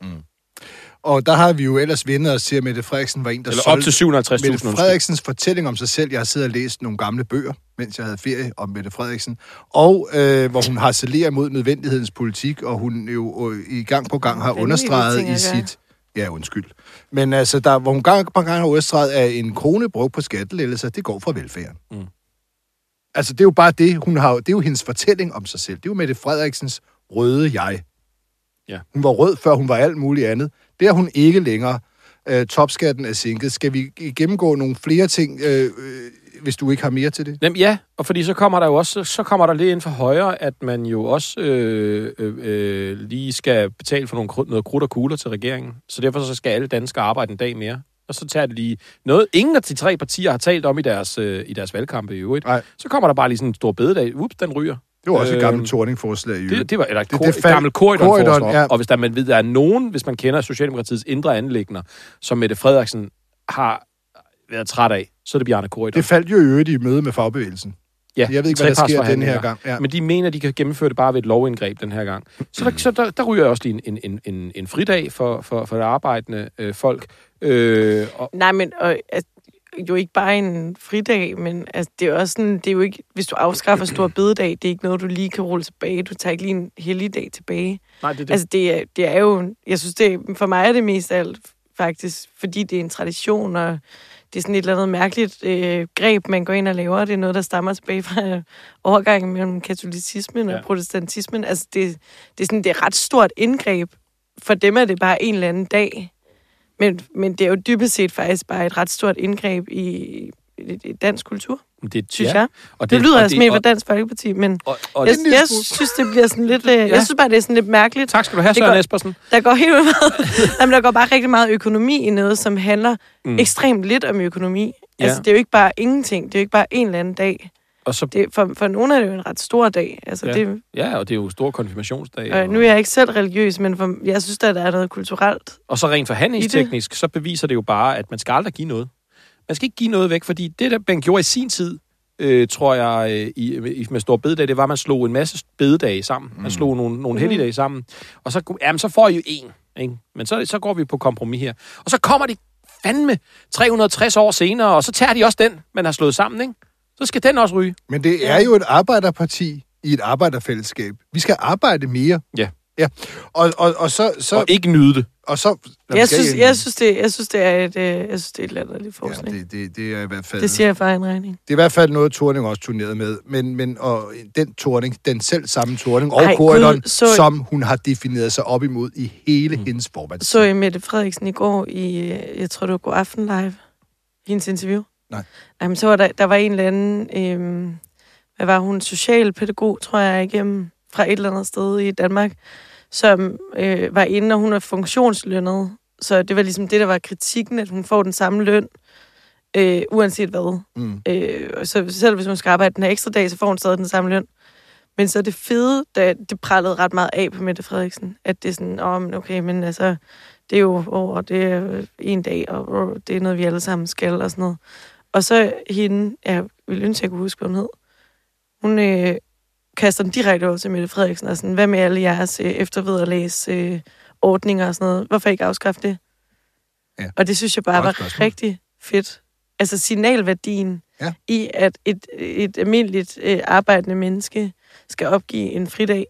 A: Og der har vi jo ellers vendet os til, at Mette Frederiksen var en, der
B: Eller op
A: solgte...
B: til 750.000.
A: Mette
B: undskyld.
A: Frederiksens fortælling om sig selv. Jeg har siddet og læst nogle gamle bøger, mens jeg havde ferie om Mette Frederiksen. Og øh, hvor hun harcelerer mod nødvendighedens politik, og hun jo øh, i gang på gang har
C: Vanvittige
A: understreget
C: ting
A: i
C: at gøre.
A: sit... Ja, undskyld. Men altså, der, hvor hun gang på gang har understreget, at en krone brugt på skattelettelser, det går fra velfærden. Mm. Altså, det er jo bare det, hun har... Det er jo hendes fortælling om sig selv. Det er jo Mette Frederiksens røde jeg.
B: Ja.
A: Hun var rød, før hun var alt muligt andet. Det er hun ikke længere. Øh, topskatten er sænket. Skal vi gennemgå nogle flere ting, øh, øh, hvis du ikke har mere til det?
B: Jamen, ja, og fordi så kommer der jo også, så kommer der lige ind for højre, at man jo også øh, øh, øh, lige skal betale for nogle, kru- noget krudt og kugler til regeringen. Så derfor så skal alle danskere arbejde en dag mere. Og så tager det lige noget, ingen af de tre partier har talt om i deres, øh, i deres valgkampe i øvrigt.
A: Nej.
B: Så kommer der bare lige sådan en stor bededag. Ups, den ryger.
A: Det var også et
B: Øhm,
C: Øh,
A: gammelt torningforslag. i
B: Det,
A: øvrigt.
B: det var eller, det,
A: det
B: kor, det
A: fald-
B: gammelt korridoren,
A: korridoren,
B: korridoren
A: ja.
B: ja. Og hvis der, man ved, der er nogen, hvis man kender Socialdemokratiets indre anlægner, som Mette Frederiksen har været træt af, så er det Bjarne Korridoren.
A: det faldt jo i øvrigt i møde med fagbevægelsen.
B: Ja,
A: Jeg ved ikke, hvad der sker den
B: trepartsforhandlinger.
A: her gang. Ja.
B: Men de mener, at de kan gennemføre det bare ved et lovindgreb den her gang. Så der, så der, der ryger også lige en, en, en, en, en fridag for, for, for det arbejdende øh, folk. Øh, og,
C: Nej, men og, altså, jo ikke bare en fridag, men altså, det er jo også sådan, det er jo ikke, hvis du afskaffer stor bededag, det er ikke noget, du lige kan rulle tilbage. Du tager ikke lige en helligdag tilbage.
B: nej, det, det, altså,
C: Altså, det er, det er jo... Jeg synes, det, er- for mig er det mest af alt faktisk, fordi det er en tradition, og det er sådan et eller andet mærkeligt øh, greb, man går ind og laver. Det er noget, der stammer tilbage fra overgangen mellem katolicismen og
B: Ja.
C: protestantismen. Altså, det, det, er sådan, det er et ret stort indgreb. For dem er det bare en eller anden dag. Men, men det er jo dybest set faktisk bare et ret stort indgreb i, i, i dansk kultur,
B: det,
C: synes ja. jeg.
B: Og
C: Det, det lyder
B: og
C: altså mere fra
B: og,
C: Dansk Folkeparti, men
B: og, og,
C: jeg,
B: det,
C: jeg synes, det bliver sådan lidt... Øh, ja. Jeg synes bare, det er sådan lidt mærkeligt.
B: Tak skal du have,
C: det
B: Søren
C: går-
B: Espersen.
C: Der går helt meget, jamen, der går bare rigtig meget økonomi i noget, som handler mm. ekstremt lidt om økonomi.
B: Ja.
C: Ja. Altså, det er jo ikke bare ingenting. Det er jo ikke bare en eller anden dag.
B: Og så,
C: Det, for, for nogen er det jo en ret stor dag. Altså,
B: Ja.
C: ja. det,
B: ja, og det er jo stor konfirmationsdag.
C: og nu er jeg ikke selv religiøs, men for, jeg synes, at der er noget kulturelt.
B: Og så rent forhandlingsteknisk, så beviser det jo bare, at man skal aldrig give noget. Man skal ikke give noget væk, fordi det, der Bengt gjorde i sin tid, øh, tror jeg, øh, i, i- med Stor Bededag, det var, at man slog en masse bededage sammen.
A: Mm.
B: Man slog nogle, nogle helligdage sammen. Og så, kunne- jamen, så får I jo en. Ikke? Men så, så går vi på kompromis her. Og så kommer de fandme 360 år senere, og så tager de også den, man har slået sammen. Ikke? Så skal den også ryge.
A: Men det er jo et arbejderparti i et arbejderfællesskab. Vi skal arbejde mere.
B: Ja.
A: Ja, og, og, og så... så
B: Og ikke nyde det.
A: og så Nå,
C: Jeg
A: skal
C: synes, jeg, synes, det, jeg synes, det er et, øh, jeg synes, det er et latterligt
A: ja,
C: forslag.
A: det,
C: det,
A: det, det er i hvert fald...
C: det siger jeg for en regning.
A: Det er i hvert fald noget, Torning også turnerede med. Men, men og den Torning, den selv samme Torning og
C: Ej,
A: Corydon,
C: Gud, så-
A: som hun har defineret sig op imod i hele mm. hendes formand.
C: Så jeg Mette Frederiksen i går i, øh, jeg tror det var God Aften Live, hendes interview.
A: Nej.
C: Jamen, så var der, der var en eller anden, øhm, hvad var hun, socialpædagog, tror jeg, igennem fra et eller andet sted i Danmark, som øh, var inde, og hun er funktionslønnet. Så det var ligesom det, der var kritikken, at hun får den samme løn, øh, uanset hvad.
A: Mm.
C: Øh, og så selv hvis hun skal arbejde den her ekstra dag, så får hun stadig den samme løn. Men så det fede, da det prallede ret meget af på Mette Frederiksen, at det er sådan, åh, men okay, men altså, det er jo over, det er en dag, og åh, det er noget, vi alle sammen skal, og sådan noget. Og så hende, jeg vil ønske, jeg kunne huske, hvad hun hed, hun øh, kaster den direkte over til Mette Frederiksen, og sådan, hvad med alle jeres øh, eftervederlæs øh, ordninger og sådan noget? Hvorfor ikke afskaffe det?
A: Ja.
C: Og det synes jeg bare
A: Godt
C: var
A: spørgsmål.
C: rigtig fedt. Altså signalværdien
A: Ja.
C: i, at et, et almindeligt øh, arbejdende menneske skal opgive en fridag,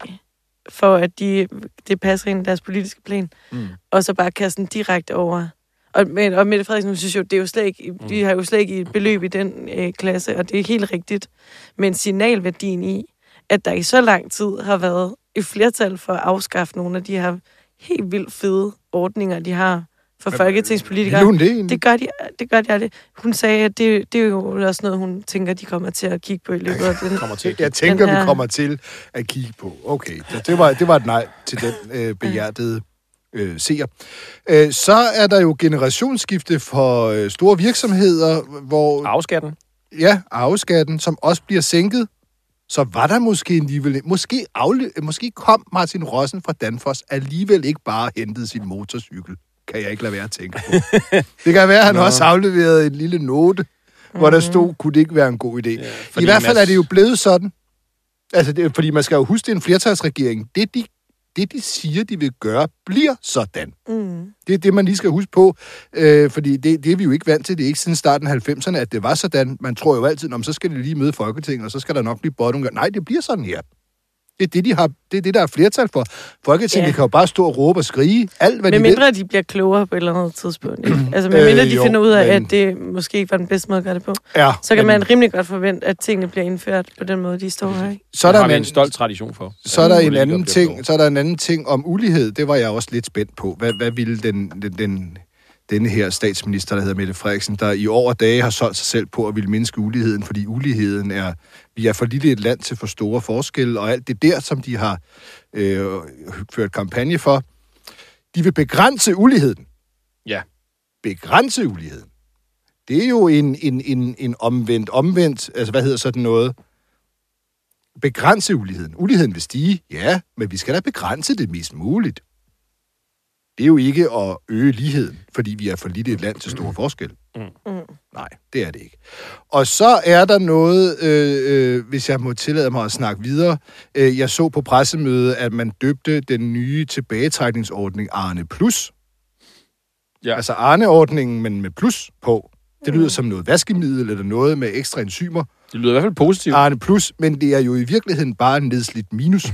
C: for at de, det passer ind i deres politiske plan,
A: Mm.
C: og så bare kaste den direkte over. Og, men, og Mette Frederiksen, hun synes jo, det er jo slet ikke,
A: Mm.
C: vi har jo slet ikke et beløb i den øh, klasse, og det er helt rigtigt. Men signalværdien i, at der i så lang tid har været et flertal for at afskaffe nogle af de her helt vildt fede ordninger, de har for folketingspolitikere.
A: Vil hun det egentlig?
C: Det gør, de, det gør de aldrig. Hun sagde, at det, det er jo også noget, hun tænker, de kommer til at kigge på i løbet af den.
B: Kommer til.
A: Jeg tænker,
C: Den
A: vi
C: er-
A: kommer til at kigge på. Okay, så det var, det var et nej til den øh, behjertede øh, seer. Øh, så er der jo generationsskifte for øh, store virksomheder, hvor
B: Afskatten.
A: ja, arveskatten, som også bliver sænket. så var der måske alligevel... Måske, afle, måske kom Martin Rossen fra Danfoss alligevel ikke bare og hentede sin motorcykel. Kan jeg ikke lade være at tænke på. det kan være, at han Nå. også afleverede en lille note, hvor der stod, kunne det ikke være en god idé. Ja, I
B: fordi
A: hvert fald
B: Mads-
A: er det jo blevet sådan. Altså, det, er- fordi man skal jo huske, det er en flertalsregering. Det de, det, de siger, de vil gøre, bliver sådan.
C: Mm.
A: Det er det, man lige skal huske på, øh, fordi det, det er vi jo ikke vant til. Det er ikke siden starten af 90'erne, at det var sådan. Man tror jo altid, om så skal det lige møde Folketinget, og så skal der nok blive bot nogle gange." Nej, det bliver sådan her. Det er det, de har, det, er det der er flertal for. Folketinget
C: Ja.
A: ja. kan jo bare stå og råbe og skrige alt, hvad
C: Men
A: de vil.
C: mindre de bliver klogere på et eller andet tidspunkt. Ikke? Altså, med mindre
A: Øh,
C: de
A: jo,
C: finder ud af,
A: men-
C: at det måske ikke var den bedste måde at gøre det på,
A: Ja,
C: så kan
A: men
C: man rimelig godt forvente, at tingene bliver indført på den måde, de står her. Ikke?
A: så er
B: det
A: der
B: har vi
A: en-
B: en stolt tradition for.
A: Så er der
B: At
A: en
B: politikere
A: anden
B: bliver
A: ting,
B: klogere.
A: så er der en anden ting om ulighed. Det var jeg også lidt spændt på. Hvad, hvad ville den, den, den, denne her statsminister, der hedder Mette Frederiksen, der i over dage har solgt sig selv på at ville mindske uligheden, fordi uligheden er, vi er for lille et land til for store forskelle, og alt det der, som de har øh, ført kampagne for, de vil begrænse uligheden.
B: Ja.
A: Begrænse uligheden. Det er jo en, en, en, en omvendt, omvendt, altså hvad hedder sådan noget? begrænse uligheden. Uligheden vil stige, ja, men vi skal da begrænse det mest muligt. Det er jo ikke at øge ligheden, fordi vi er for lille et land til store forskel. Nej, det er det ikke. Og så er der noget, øh, øh, hvis jeg må tillade mig at snakke videre. Øh, jeg så på pressemødet, at man døbte den nye tilbagetrækningsordning Arne Plus.
B: Ja.
A: Altså Arne-ordningen, men med plus på. Det lyder som noget vaskemiddel eller noget med ekstra enzymer.
B: Det lyder i hvert fald positivt.
A: Arne Plus, men det er jo i virkeligheden bare en nedslidt minus.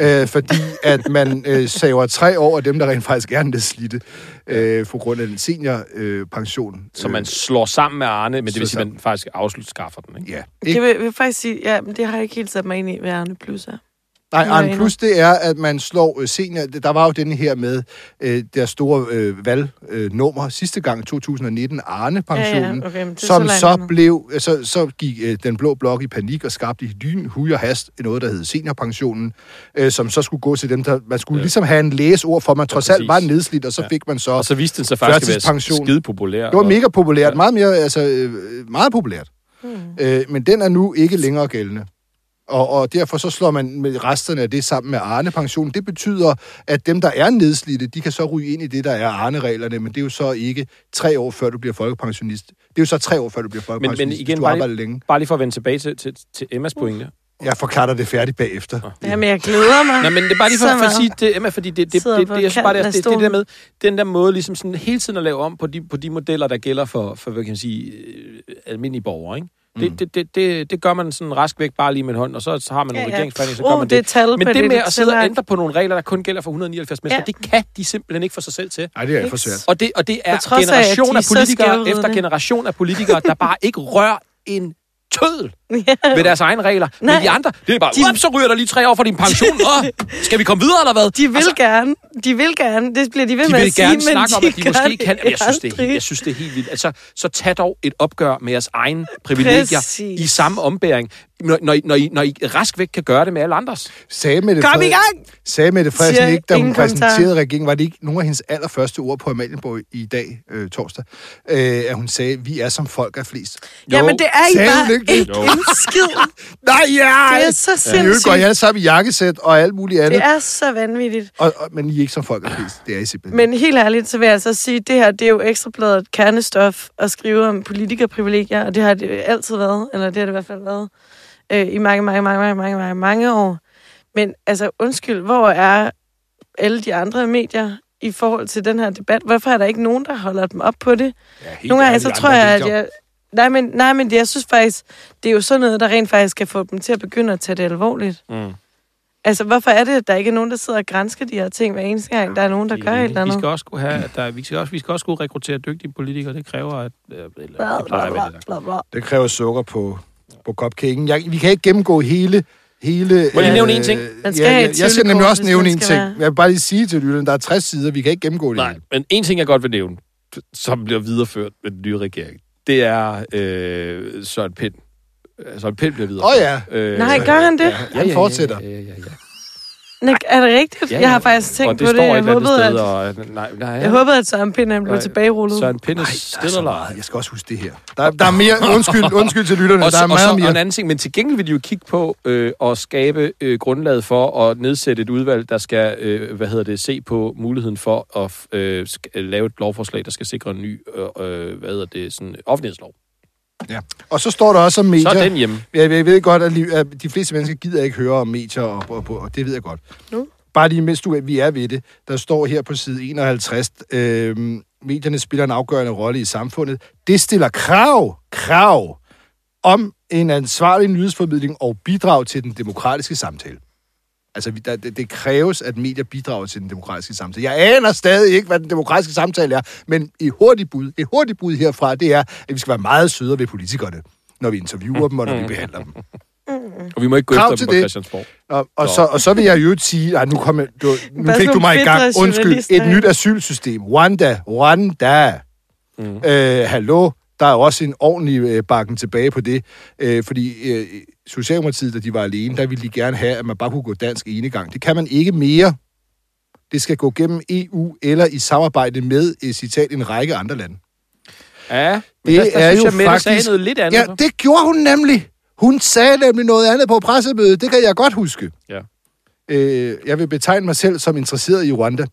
A: Æ, fordi at man øh, saver tre år af dem, der rent faktisk er nedslidte, øh, på grund af den seniorpension. Øh, pension.
B: Så
A: Øh,
B: man slår sammen med Arne, men det vil
A: Så
B: sige, at man faktisk afslut skaffer den. Ikke?
A: Ja.
C: Det
A: Ikke?
C: vil, vil faktisk sige, ja, men det har jeg ikke helt sat mig ind i, hvad Arne Plus er.
A: Nej,
C: jeg
A: Arne
C: enig.
A: Plus, det er, at man slår øh, senior... Der var jo den her med øh, der store øh, valgnummer øh, nummer sidste gang, 2019, Arne-pensionen.
C: Ja, ja, okay, men det er
A: som
C: så
A: så, så
C: langt ned.
A: blev, så, så gik øh, den blå blok i panik og skabte i lyn, huj og hast noget, der hed seniorpensionen, øh, som så skulle gå til dem, der... Man skulle ja. ligesom have en læsord for, man trods alt
B: præcis.
A: var nedslidt, og så ja. fik man så...
B: Og så viste den sig faktisk at være
A: Førtidspension.
B: skide populær.
A: det var mega populært,
B: Ja.
A: ja. meget mere, altså øh, meget populært. Mm. Øh, men den er nu ikke længere gældende. Og, og derfor så slår man med resterne af det sammen med Arne-pensionen. Det betyder, at dem, der er nedslidte, de kan så ryge ind i det, der er Arne-reglerne, men det er jo så ikke tre år, før du bliver folkepensionist. Det er jo så tre år, før du bliver
B: Men,
A: folkepensionist,
B: men igen,
A: hvis du
B: bare
A: arbejder
B: lige,
A: længe.
B: bare lige for at vende tilbage til, til, til Emmas pointe.
A: Jeg forklarer det færdigt bagefter.
B: Ah.
C: Jamen, jeg glæder mig.
B: Nej, men det er bare lige for,
C: så
B: for at
C: meget.
B: sige til Emma, fordi det, det, det,
C: Sidder
B: det,
C: på
B: det, jeg synes bare, det, er-
C: kanten af
B: det, det, det der
C: stolen.
B: med, den der måde ligesom sådan hele tiden at lave om på de, på de modeller, der gælder for, for hvad kan man sige, øh, almindelige borgere, ikke?
A: Mm.
B: Det, det, det, det, det gør man sådan rask væk bare lige med en hånd, og så, så har man nogle
C: Ja, ja.
B: regeringsforhandlinger, så
C: Uh,
B: gør man
C: det er tal,
B: Men det
C: Pernille
B: med at sidde og
C: Tillak.
B: ændre på nogle regler, der kun gælder for 179 mennesker,
C: Ja.
B: det kan de simpelthen ikke for sig selv til.
A: Nej, det er
C: Ikke
A: for svært.
B: Og det, og det er
C: På trods af, at
B: generation
C: de
B: af
C: er så
B: politikere
C: skævvridende.
B: efter generation af politikere, der bare ikke rører en tødel
C: Ja.
B: ved deres egne regler. Nej.
C: Nej.
B: Men de andre, det er bare,
C: De-
B: de... så ryger der lige tre år fra din pension. Åh, skal vi komme videre, eller hvad?
C: De vil altså, gerne. De vil gerne. Det bliver de ved
B: de
C: med
B: vil
C: at sige,
B: gerne
C: men
B: snakke
C: de
B: om, at de
C: gør
B: måske kan. Jamen, jeg, synes, det er,
C: aldrig.
B: helt- jeg synes, det er helt vildt. Altså, så tag dog et opgør med jeres egne privilegier
C: Præcis.
B: i samme ombæring, når, når, I- når, I, når I rask væk kan gøre det med alle andres.
A: Sagde Mette,
C: Kom i
A: Frederik-
C: gang!
A: Sagde Mette Frederiksen
C: Siger
A: ikke, da hun
C: ingen kommentar.
A: præsenterede regeringen, var det ikke nogle af hendes allerførste ord på Amalienborg i dag, øh, torsdag, øh, at hun sagde, vi er som folk er flest.
C: Jamen, det er I
A: Sagde
C: bare
A: hun
C: ikke,
A: ikke det?
C: ikke
A: Jo.
C: en skid.
A: Nej, ja!
C: Det er så
A: I øvrigt går I
C: sindssygt.
A: alle sammen i jakkesæt og alt muligt andet.
C: Det er så vanvittigt.
A: Og, og, men I er ikke som folk er flest. Det er I simpelthen.
C: Men helt ærligt, så vil jeg altså sige, at det her det er jo ekstrabladet kernestof at skrive om politikerprivilegier, og det har det jo altid været, eller det har det i hvert fald været øh, i mange, mange, mange, mange, mange, mange, mange år. Men altså, undskyld, hvor er alle de andre medier i forhold til den her debat? Hvorfor er der ikke nogen, der holder dem op på det?
F: Ja,
C: Nogle gange, så tror jeg, at jeg... Nej, men, nej, men jeg synes faktisk, det er jo sådan noget, der rent faktisk kan få dem til at begynde at tage det alvorligt.
B: Mm.
C: Altså, hvorfor er det, at der ikke er nogen, der sidder og grænsker de her ting hver eneste gang, der er nogen, der gør et eller
B: Vi
C: andet?
B: skal også kunne have, at der, vi skal også, vi skal også kunne rekruttere dygtige politikere. Det kræver, at... Øh, eller, det plejer at være det, der.
A: Det kræver sukker på, på cupcaken. Jeg, vi kan ikke gennemgå hele... hele
B: Må jeg lige nævne en ting?
C: Man skal have
A: jeg,
C: et
A: jeg, jeg skal
C: tvivlkort,
A: nemlig også
C: hvis
A: nævne
C: man
A: en
C: skal
A: ting.
C: være-
A: Jeg vil bare lige sige til lytteren, der er 60 sider, vi kan ikke gennemgå det
B: Nej,
A: hele.
B: men en ting, jeg godt vil nævne, som bliver videreført med den nye regering, det er øh, Søren Pind. Øh, Søren Pind bliver videreført.
A: Åh ja.
B: Øh,
C: Nej, gør han det?
A: Han fortsætter.
B: Ja, ja, ja, ja.
C: Nick, er det rigtigt? Ja, ja. Jeg har faktisk tænkt
B: og det
C: på
B: står
C: det.
B: et
C: Jeg
B: eller andet
C: håbede,
B: sted,
C: at,
B: og... Nej, nej,
C: jeg håbede, at Søren Pind han blev
B: Nej,
C: tilbagerullet.
B: Søren Pinde
A: Der er så
B: stiller
A: meget. Jeg skal også huske det her. Der, der er mere... Undskyld, undskyld til lytterne.
B: og,
A: der
B: så,
A: er
B: og, så,
A: meget
B: og en
A: mere.
B: anden ting, men til gengæld vil de jo kigge på øh, og skabe øh, grundlaget for at nedsætte et udvalg, der skal øh, hvad hedder det, se på muligheden for at f- øh, sk- lave et lovforslag, der skal sikre en ny øh, øh, hvad hedder det, sådan, offentlighedslov.
A: Ja. Og så står der også om
B: Så
A: medier.
B: er den hjemme.
A: Jeg, jeg ved godt, at, li- at de fleste mennesker gider ikke høre om medier, og, og, og, og det ved jeg godt.
C: Nu?
A: Bare lige mens du, vi er ved det, der står her på side 51, øh, medierne spiller en afgørende rolle i samfundet. Det stiller krav, krav om en ansvarlig nyhedsformidling og bidrag til den demokratiske samtale. Altså, vi- der, det, det kræves, at medier bidrager til den demokratiske samtale. Jeg aner stadig ikke, hvad den demokratiske samtale er, men et hurtigt bud, et hurtigt bud herfra, det er, at vi skal være meget sødere ved politikerne, når vi interviewer dem og når vi behandler dem.
B: Og vi må ikke gå
A: Krav
B: efter
A: til
B: dem på
A: det.
B: Christiansborg.
A: Og, og, så, og så vil jeg i øvrigt sige, at nu, kom jeg, du, nu
C: Bare
A: fik
C: sådan
A: du mig i
C: nogle
A: gang.
C: bitre
A: Undskyld,
C: journalister,
A: et
C: ikke?
A: nyt asylsystem. Rwanda, Rwanda. Mm. Øh, hallo, der er også en ordentlig øh, bakken tilbage på det. Øh, fordi øh, Socialdemokratiet, da de var alene, der ville de gerne have, at man bare kunne gå dansk enegang. Det kan man ikke mere. Det skal gå gennem EU eller i samarbejde med, øh, citat, en række andre lande.
B: Ja, men
A: Det
B: der, der
A: er jo
B: synes jeg, Mette sagde
A: faktisk-
B: noget lidt andet.
A: Ja, det gjorde hun nemlig. Hun sagde nemlig noget andet på pressemødet. Det kan jeg godt huske.
B: Ja.
A: Øh, jeg vil betegne mig selv som interesseret i Rwanda.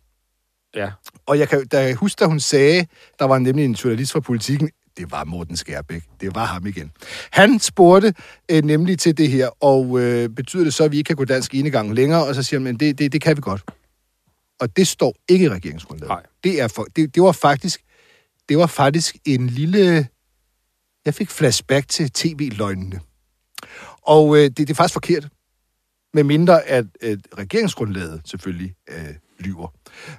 B: ja.
A: Og jeg kan, da jeg husker, da hun sagde, der var nemlig en journalist fra politikken, det var Morten Skærbæk, det var ham igen. Han spurgte øh, nemlig til det her, og øh, betyder det så, at vi ikke kan gå dansk enegang længere? Og så siger han, men det, det, det kan vi godt. Og det står ikke i regeringsgrundlaget.
B: Nej.
A: Det, er for, det, det, var faktisk, det var faktisk en lille... Jeg fik flashback til tv-løgnene. Og øh, det, det er faktisk forkert. Med mindre at øh, regeringsgrundlaget selvfølgelig øh, lyver.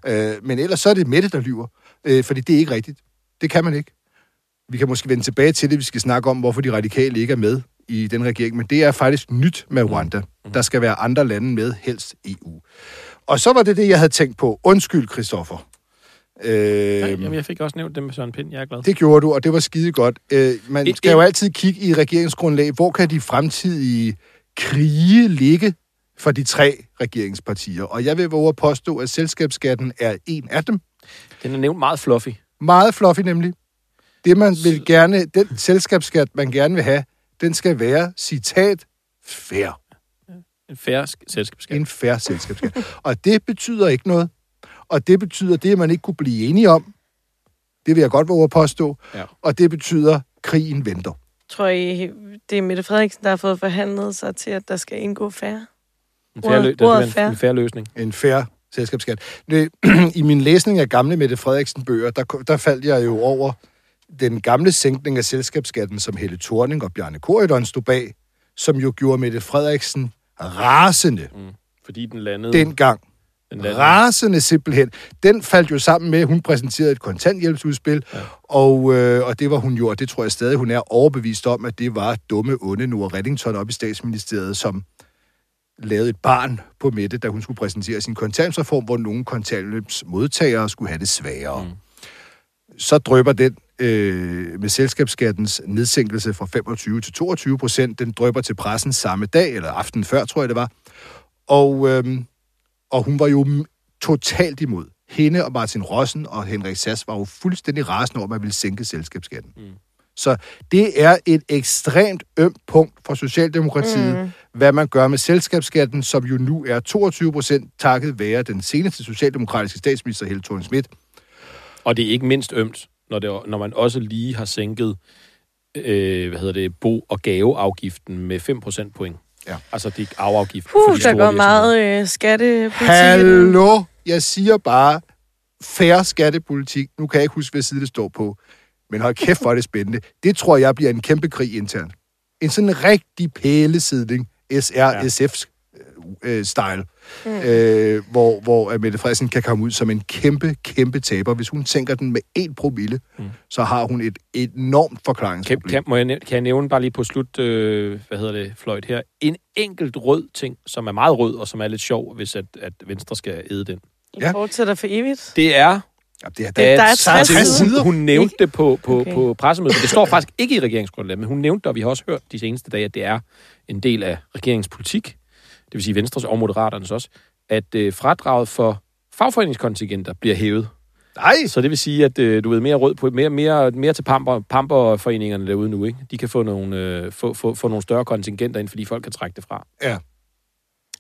A: Øh, men ellers så er det Mette, der lyver. Øh, fordi det er ikke rigtigt. Det kan man ikke. Vi kan måske vende tilbage til det, vi skal snakke om, hvorfor de radikale ikke er med i den regering. Men det er faktisk nyt med Rwanda. Der skal være andre lande med, helst EU. Og så var det det, jeg havde tænkt på. Undskyld, Christoffer.
B: Nej,
A: Øh,
B: Jamen, jeg fik også nævnt dem med Søren Pind. Jeg er glad.
A: det gjorde du, og det var skide godt. Øh, man
B: Et-
A: skal
B: et-
A: jo altid kigge i regeringsgrundlag. Hvor kan de fremtidige krige ligge for de tre regeringspartier? Og jeg vil våge at påstå, at selskabsskatten er en af dem.
B: Den er nævnt meget fluffy.
A: Meget fluffy nemlig. Det, man vil gerne, den selskabsskat, man gerne vil have, den skal være, citat, fair.
B: En færre sk- selskabsskat.
A: En fair selskabsskat. Og det betyder ikke noget. Og det betyder det, man ikke kunne blive enige om. Det vil jeg godt våge at påstå.
B: Ja.
A: Og det betyder, krigen venter.
C: Tror I, det er Mette Frederiksen, der har fået forhandlet sig til, at der skal indgå færre?
B: En fair, lø-
C: Ordet-
B: der skal
C: ordet
B: være en, en fair løsning.
A: en fair selskabsskat. Det- I min læsning af gamle Mette Frederiksen bøger, der, der faldt jeg jo over den gamle sænkning af selskabsskatten, som Helle Thorning og Bjarne Korydon stod bag, som jo gjorde Mette Frederiksen rasende
B: Fordi den landede...
A: dengang.
B: den landede.
A: Rasende simpelthen. Den faldt jo sammen med, at hun præsenterede et kontanthjælpsudspil, ja. og, øh, og det var hun jo, og det tror jeg stadig, hun er overbevist om, at det var dumme, onde Nora Reddington op i statsministeriet, som lavede et barn på Mette, da hun skulle præsentere sin kontanthjælpsreform, hvor nogle kontanthjælpsmodtagere skulle have det sværere. Mm. Så drøber den øh, med selskabsskattens nedsænkelse fra 25 til 22 procent. Den drøber til pressen samme dag, eller aftenen før, tror jeg det var. Og øhm, og hun var jo m- totalt imod. Hende og Martin Rossen og Henrik Sass var jo fuldstændig rasende over, at man ville sænke selskabsskatten. Mm. Så det er et ekstremt ømt punkt for Socialdemokratiet, mm. hvad man gør med selskabsskatten, som jo nu er 22 procent, takket være den seneste socialdemokratiske statsminister, Helle thorning Schmidt.
B: Og det er ikke mindst ømt, når, det, når man også lige har sænket øh, hvad hedder det, bo- og gaveafgiften med 5 procentpoint.
A: Ja.
B: Altså, det er arveafgift. for
C: Puh,
B: de
C: der
B: store
C: går
B: virksomheder.
C: meget øh, skattepolitik. i den.
A: Hallo! Jeg siger bare, færre skattepolitik. Nu kan jeg ikke huske, hvad side det står på. Men hold kæft, hvor er det spændende. Det tror jeg bliver en kæmpe krig internt. En sådan rigtig pælesidning, SRSF-style, mm. øh, hvor, hvor at Mette Frederiksen kan komme ud som en kæmpe, kæmpe taber. Hvis hun tænker den med en promille, mm. så har hun et enormt
B: Kan,
A: forklaringsproblem.
B: kan, må jeg, næv- kan jeg nævne bare lige på slut, øh, hvad hedder det, fløjt her, en enkelt rød ting, som er meget rød, og som er lidt sjov, hvis at, at Venstre skal æde den.
C: I
A: Ja.
C: fortsætter for evigt.
B: Det er,
A: Ja, det er da
C: Det- der er
B: at
C: 60
B: hun-
A: sider.
B: hun nævnte det på, på, okay.
C: Okay.
B: på pressemødet. Det står faktisk ikke i regeringsgrundlaget, men hun nævnte det, og vi har også hørt de seneste dage, at det er en del af regeringens politik, det vil sige Venstres og Moderaternes også, at øh, fradraget for fagforeningskontingenter bliver hævet.
A: Nej!
B: Så det vil sige, at øh, du ved mere råd på mere, mere, mere til pamper, pamperforeningerne derude nu, ikke? De kan få nogle, øh, få, få, få nogle større kontingenter ind, fordi folk kan trække det fra.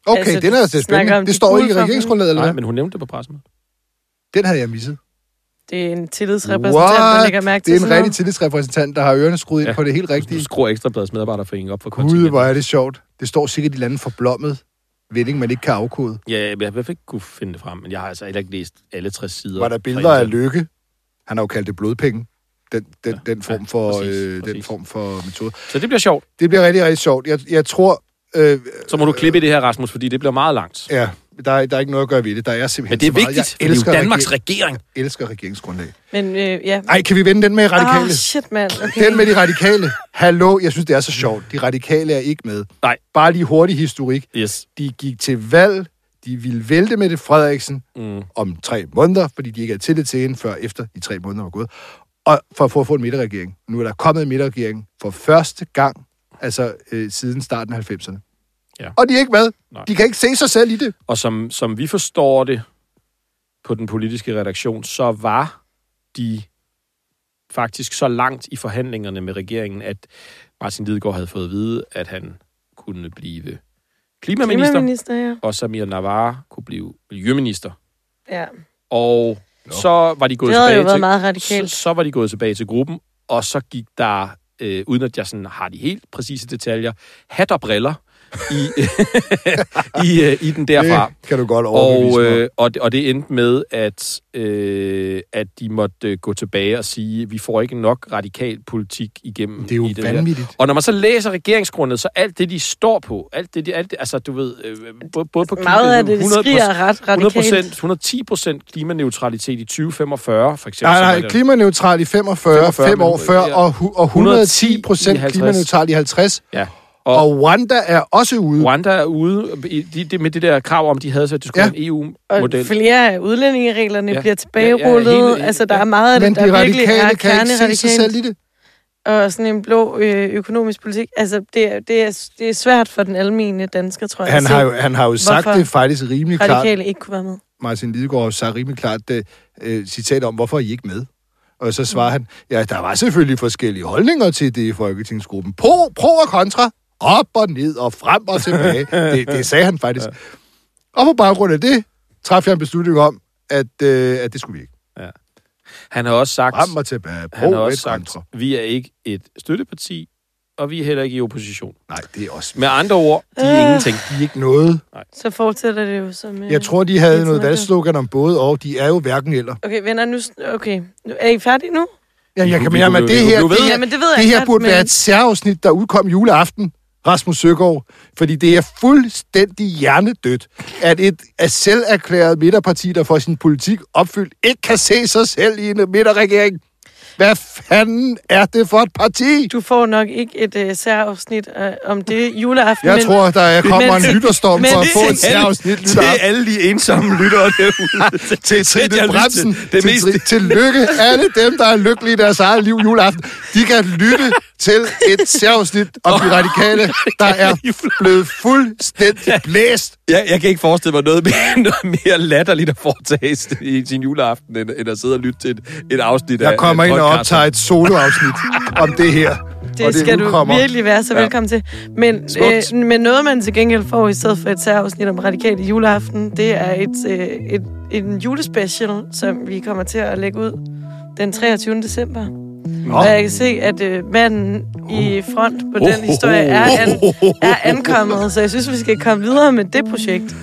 A: Okay,
C: Altså,
A: altså, den er
C: du
A: altså
C: snakker om
A: spændende. Det
C: de
A: står ikke i
C: gule
A: regeringsgrundlaget, eller
B: Nej,
A: hvad?
B: men hun nævnte det på pressemødet.
A: Den havde jeg misset.
C: Det er en tillidsrepræsentant, der
A: What?
C: lægger mærke til
A: Det er en
C: sådan
A: rigtig tillidsrepræsentant, der har ørerne skruet ind
B: Ja.
A: på det helt
B: Du
A: rigtige.
B: skruer Ekstrabladets medarbejderforening op for
A: Gud, hvor
B: kontingenter.
A: er det sjovt. Det står sikkert i landet forblommet vending, man ikke kan afkode.
B: Ja, jeg har i hvert fald ikke kunne finde det frem, men jeg har altså heller ikke læst alle 60 sider.
A: Var der
B: fra
A: billeder af
B: Indien.
A: lykke? Han har jo kaldt det blodpenge. Den, den, ja, den, form,
B: ja,
A: for,
B: præcis,
A: øh, den
B: præcis.
A: form for metode.
B: Så det bliver sjovt.
A: Det bliver rigtig, rigtig sjovt. Jeg, jeg tror... Øh,
B: Så må du klippe i det her, Rasmus, fordi det bliver meget langt.
A: ja, der, er- der er ikke noget at gøre ved det. Der er simpelthen
B: Men det er
A: så meget.
B: vigtigt, for
A: Jeg
B: det er
A: elsker,
B: jo Danmarks
A: reger-
B: regering.
A: elsker regeringsgrundlag.
C: noget. Men øh, ja.
A: Ej, kan vi vende den med i radikale?
C: Ah, shit, mand. Okay.
A: Den med de radikale. Hallo, jeg synes, det er så sjovt. De radikale er ikke med.
B: Nej.
A: Bare lige hurtig historik.
B: Yes.
A: De gik til valg. De ville vælte Mette Frederiksen
B: Mm.
A: om tre måneder, fordi de ikke havde tillid til hende før efter de tre måneder var gået. Og for at få, få en midterregering. Nu er der kommet en midterregering for første gang, altså øh, siden starten af 90'erne.
B: Ja.
A: Og de er ikke med.
B: Nej.
A: De kan ikke se sig selv i det.
B: Og som, som vi forstår det på den politiske redaktion, så var de faktisk så langt i forhandlingerne med regeringen, at Martin Lidegaard havde fået at vide, at han kunne blive klimaminister, klimaminister.
C: Klimaminister, ja.
B: og Samir Navar kunne blive miljøminister.
C: ja.
B: Og så var de gået
C: Det havde jo
B: tilbage
C: været
B: til,
C: meget
B: så,
C: radikalt.
B: så var de gået tilbage til gruppen, og så gik der, øh, uden at jeg sådan har de helt præcise detaljer, hat og briller i, i, øh, i den derfra.
A: Det kan du godt overbevise
B: Og,
A: mig.
B: øh, og, det, og det endte med, at, øh, at de måtte øh, gå tilbage og sige, vi får ikke nok radikal politik igennem.
A: Det er jo
B: i det her."
A: vanvittigt.
B: Og når man så læser regeringsgrundet, så alt det, de står på, alt det, de, alt det altså du ved, øh, både, både på
C: Meget af det, det skriger ret
B: 100%,
C: radikalt.
B: 110 procent klimaneutralitet i 2045, for eksempel.
A: Nej,
B: som er
A: nej,
B: det-
A: klimaneutral i 45, 45 fem år
B: men-
A: før,
B: ja.
A: og, hu- og 110
B: i
A: procent
B: 50.
A: klimaneutral i 50.
B: Ja.
A: Og,
B: Og-
A: og Rwanda er også ude.
B: Rwanda er ude i- de, de, med det der krav om, de havde så, at det skulle
A: Ja.
B: ja. en E
C: Og
B: EU-model.
C: flere af udlændingereglerne
B: Ja.
C: bliver
B: Ja, ja,
C: tilbagerullet.
B: helt-
C: Altså, der er meget af
A: Men
C: det,
A: de
C: der virkelig er
A: radikale kan ikke se sig
C: kerneradikalt.
A: selv i det.
C: og sådan en blå øh, økonomisk politik. Altså, det er, det, er, det er svært for den almindelige dansker, tror jeg.
A: Han
C: at
A: har
C: se,
A: jo, han har jo sagt
C: Hvorfor?
A: det faktisk rimelig klart.
C: radikale ikke kunne være med.
A: Martin Lidegaard har sagt rimelig klart det, øh, citat om, hvorfor er I ikke med? Og så svarer han, ja, der var selvfølgelig forskellige holdninger til det i Folketingsgruppen. Pro, pro og kontra, op og ned og frem og tilbage. det, det sagde han faktisk. Og på baggrund af det, træffede jeg en beslutning om, at, øh, at det skulle vi ikke.
B: Han har også sagt,
A: Frem og tilbage, pro
B: han har
A: og
B: også
A: et
B: sagt
A: kontra.
B: vi er ikke et støtteparti, og vi er heller ikke i opposition.
A: Nej, det er også
B: Med andre ord, de er
C: Øh.
B: ingenting. De er ikke...
A: ikke noget.
C: Så fortsætter det jo som... Øh...
A: Jeg tror, de havde
C: Det er
A: noget
C: sådan, det er.
A: valgslogan om både og. De er jo hverken eller.
C: Okay, venner, nu... s- Okay, nu, er I færdige nu?
A: Ja, jeg
B: Vi
A: kan
B: kunne-
A: mene,
B: vi
A: at
B: kunne-
A: det
B: vi
A: her,
B: kunne
A: det
B: vide.
A: her,
C: Jamen, det ved jeg
A: det her
C: godt,
A: burde
C: men-
A: være et særafsnit, der udkom juleaften, Rasmus Søgaard. Fordi det er fuldstændig hjernedødt, at et af selv erklæret midterparti, der får sin politik opfyldt, ikke kan se sig selv i en midterregering. Hvad fanden er det for et parti?
C: Du får nok ikke et øh, særafsnit øh, om det juleaften.
A: Jeg
C: men-
A: tror, der er- kommer
C: men-
A: en lytterstorm
C: men-
A: for at få et
C: til-
A: særafsnit lytteraften.
B: alle de ensomme lyttere derude.
A: til Trine
B: Det har jeg lyst til.
A: Bremsen.
B: Det
A: til,
B: mest-
A: til, til lykke. Alle dem, der er lykkelige i deres eget liv juleaften, de kan lytte til et særafsnit om de radikale, der er blevet fuldstændig blæst.
B: Jeg, jeg kan ikke forestille mig noget mere, noget mere latterligt at foretage i sin juleaften, end, end at sidde og lytte til et, et afsnit af
A: Jeg kommer
B: af
A: ind og
B: podcasten.
A: optager et soloafsnit om det her. og
C: Det skal du
A: udkommer.
C: virkelig være så velkommen til. Men,
A: Smukt.
C: øh, men noget, man til gengæld får i stedet for et særafsnit om radikale juleaften, det er et, øh, et, en julespecial, som vi kommer til at lægge ud den 23. december. Og jeg kan se, at øh, manden i front på den historie er, an, er ankommet, så jeg synes, vi skal komme videre med det projekt.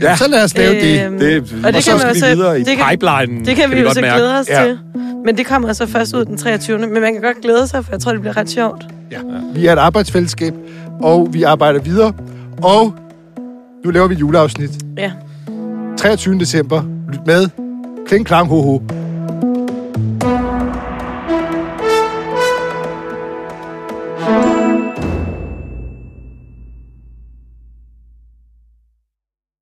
A: Ja. Så lad os lave det.
C: Øhm,
B: Det,
C: og det
B: så
C: kan man
B: skal
C: jo
B: vi
C: så-
B: videre i
C: det kan-
B: pipelinen.
C: Det kan vi
B: vi
C: jo
B: godt
C: så
B: mærke.
C: glæde os
A: Ja.
C: ja. til. Men det kommer så først ud den 23. Men man kan godt glæde sig, for jeg tror, det bliver ret sjovt.
A: Ja. Vi er et arbejdsfællesskab, og vi arbejder videre. Og nu laver vi juleafsnit.
C: Ja.
A: 23. december. Lyt med. Kling, klang, ho, ho.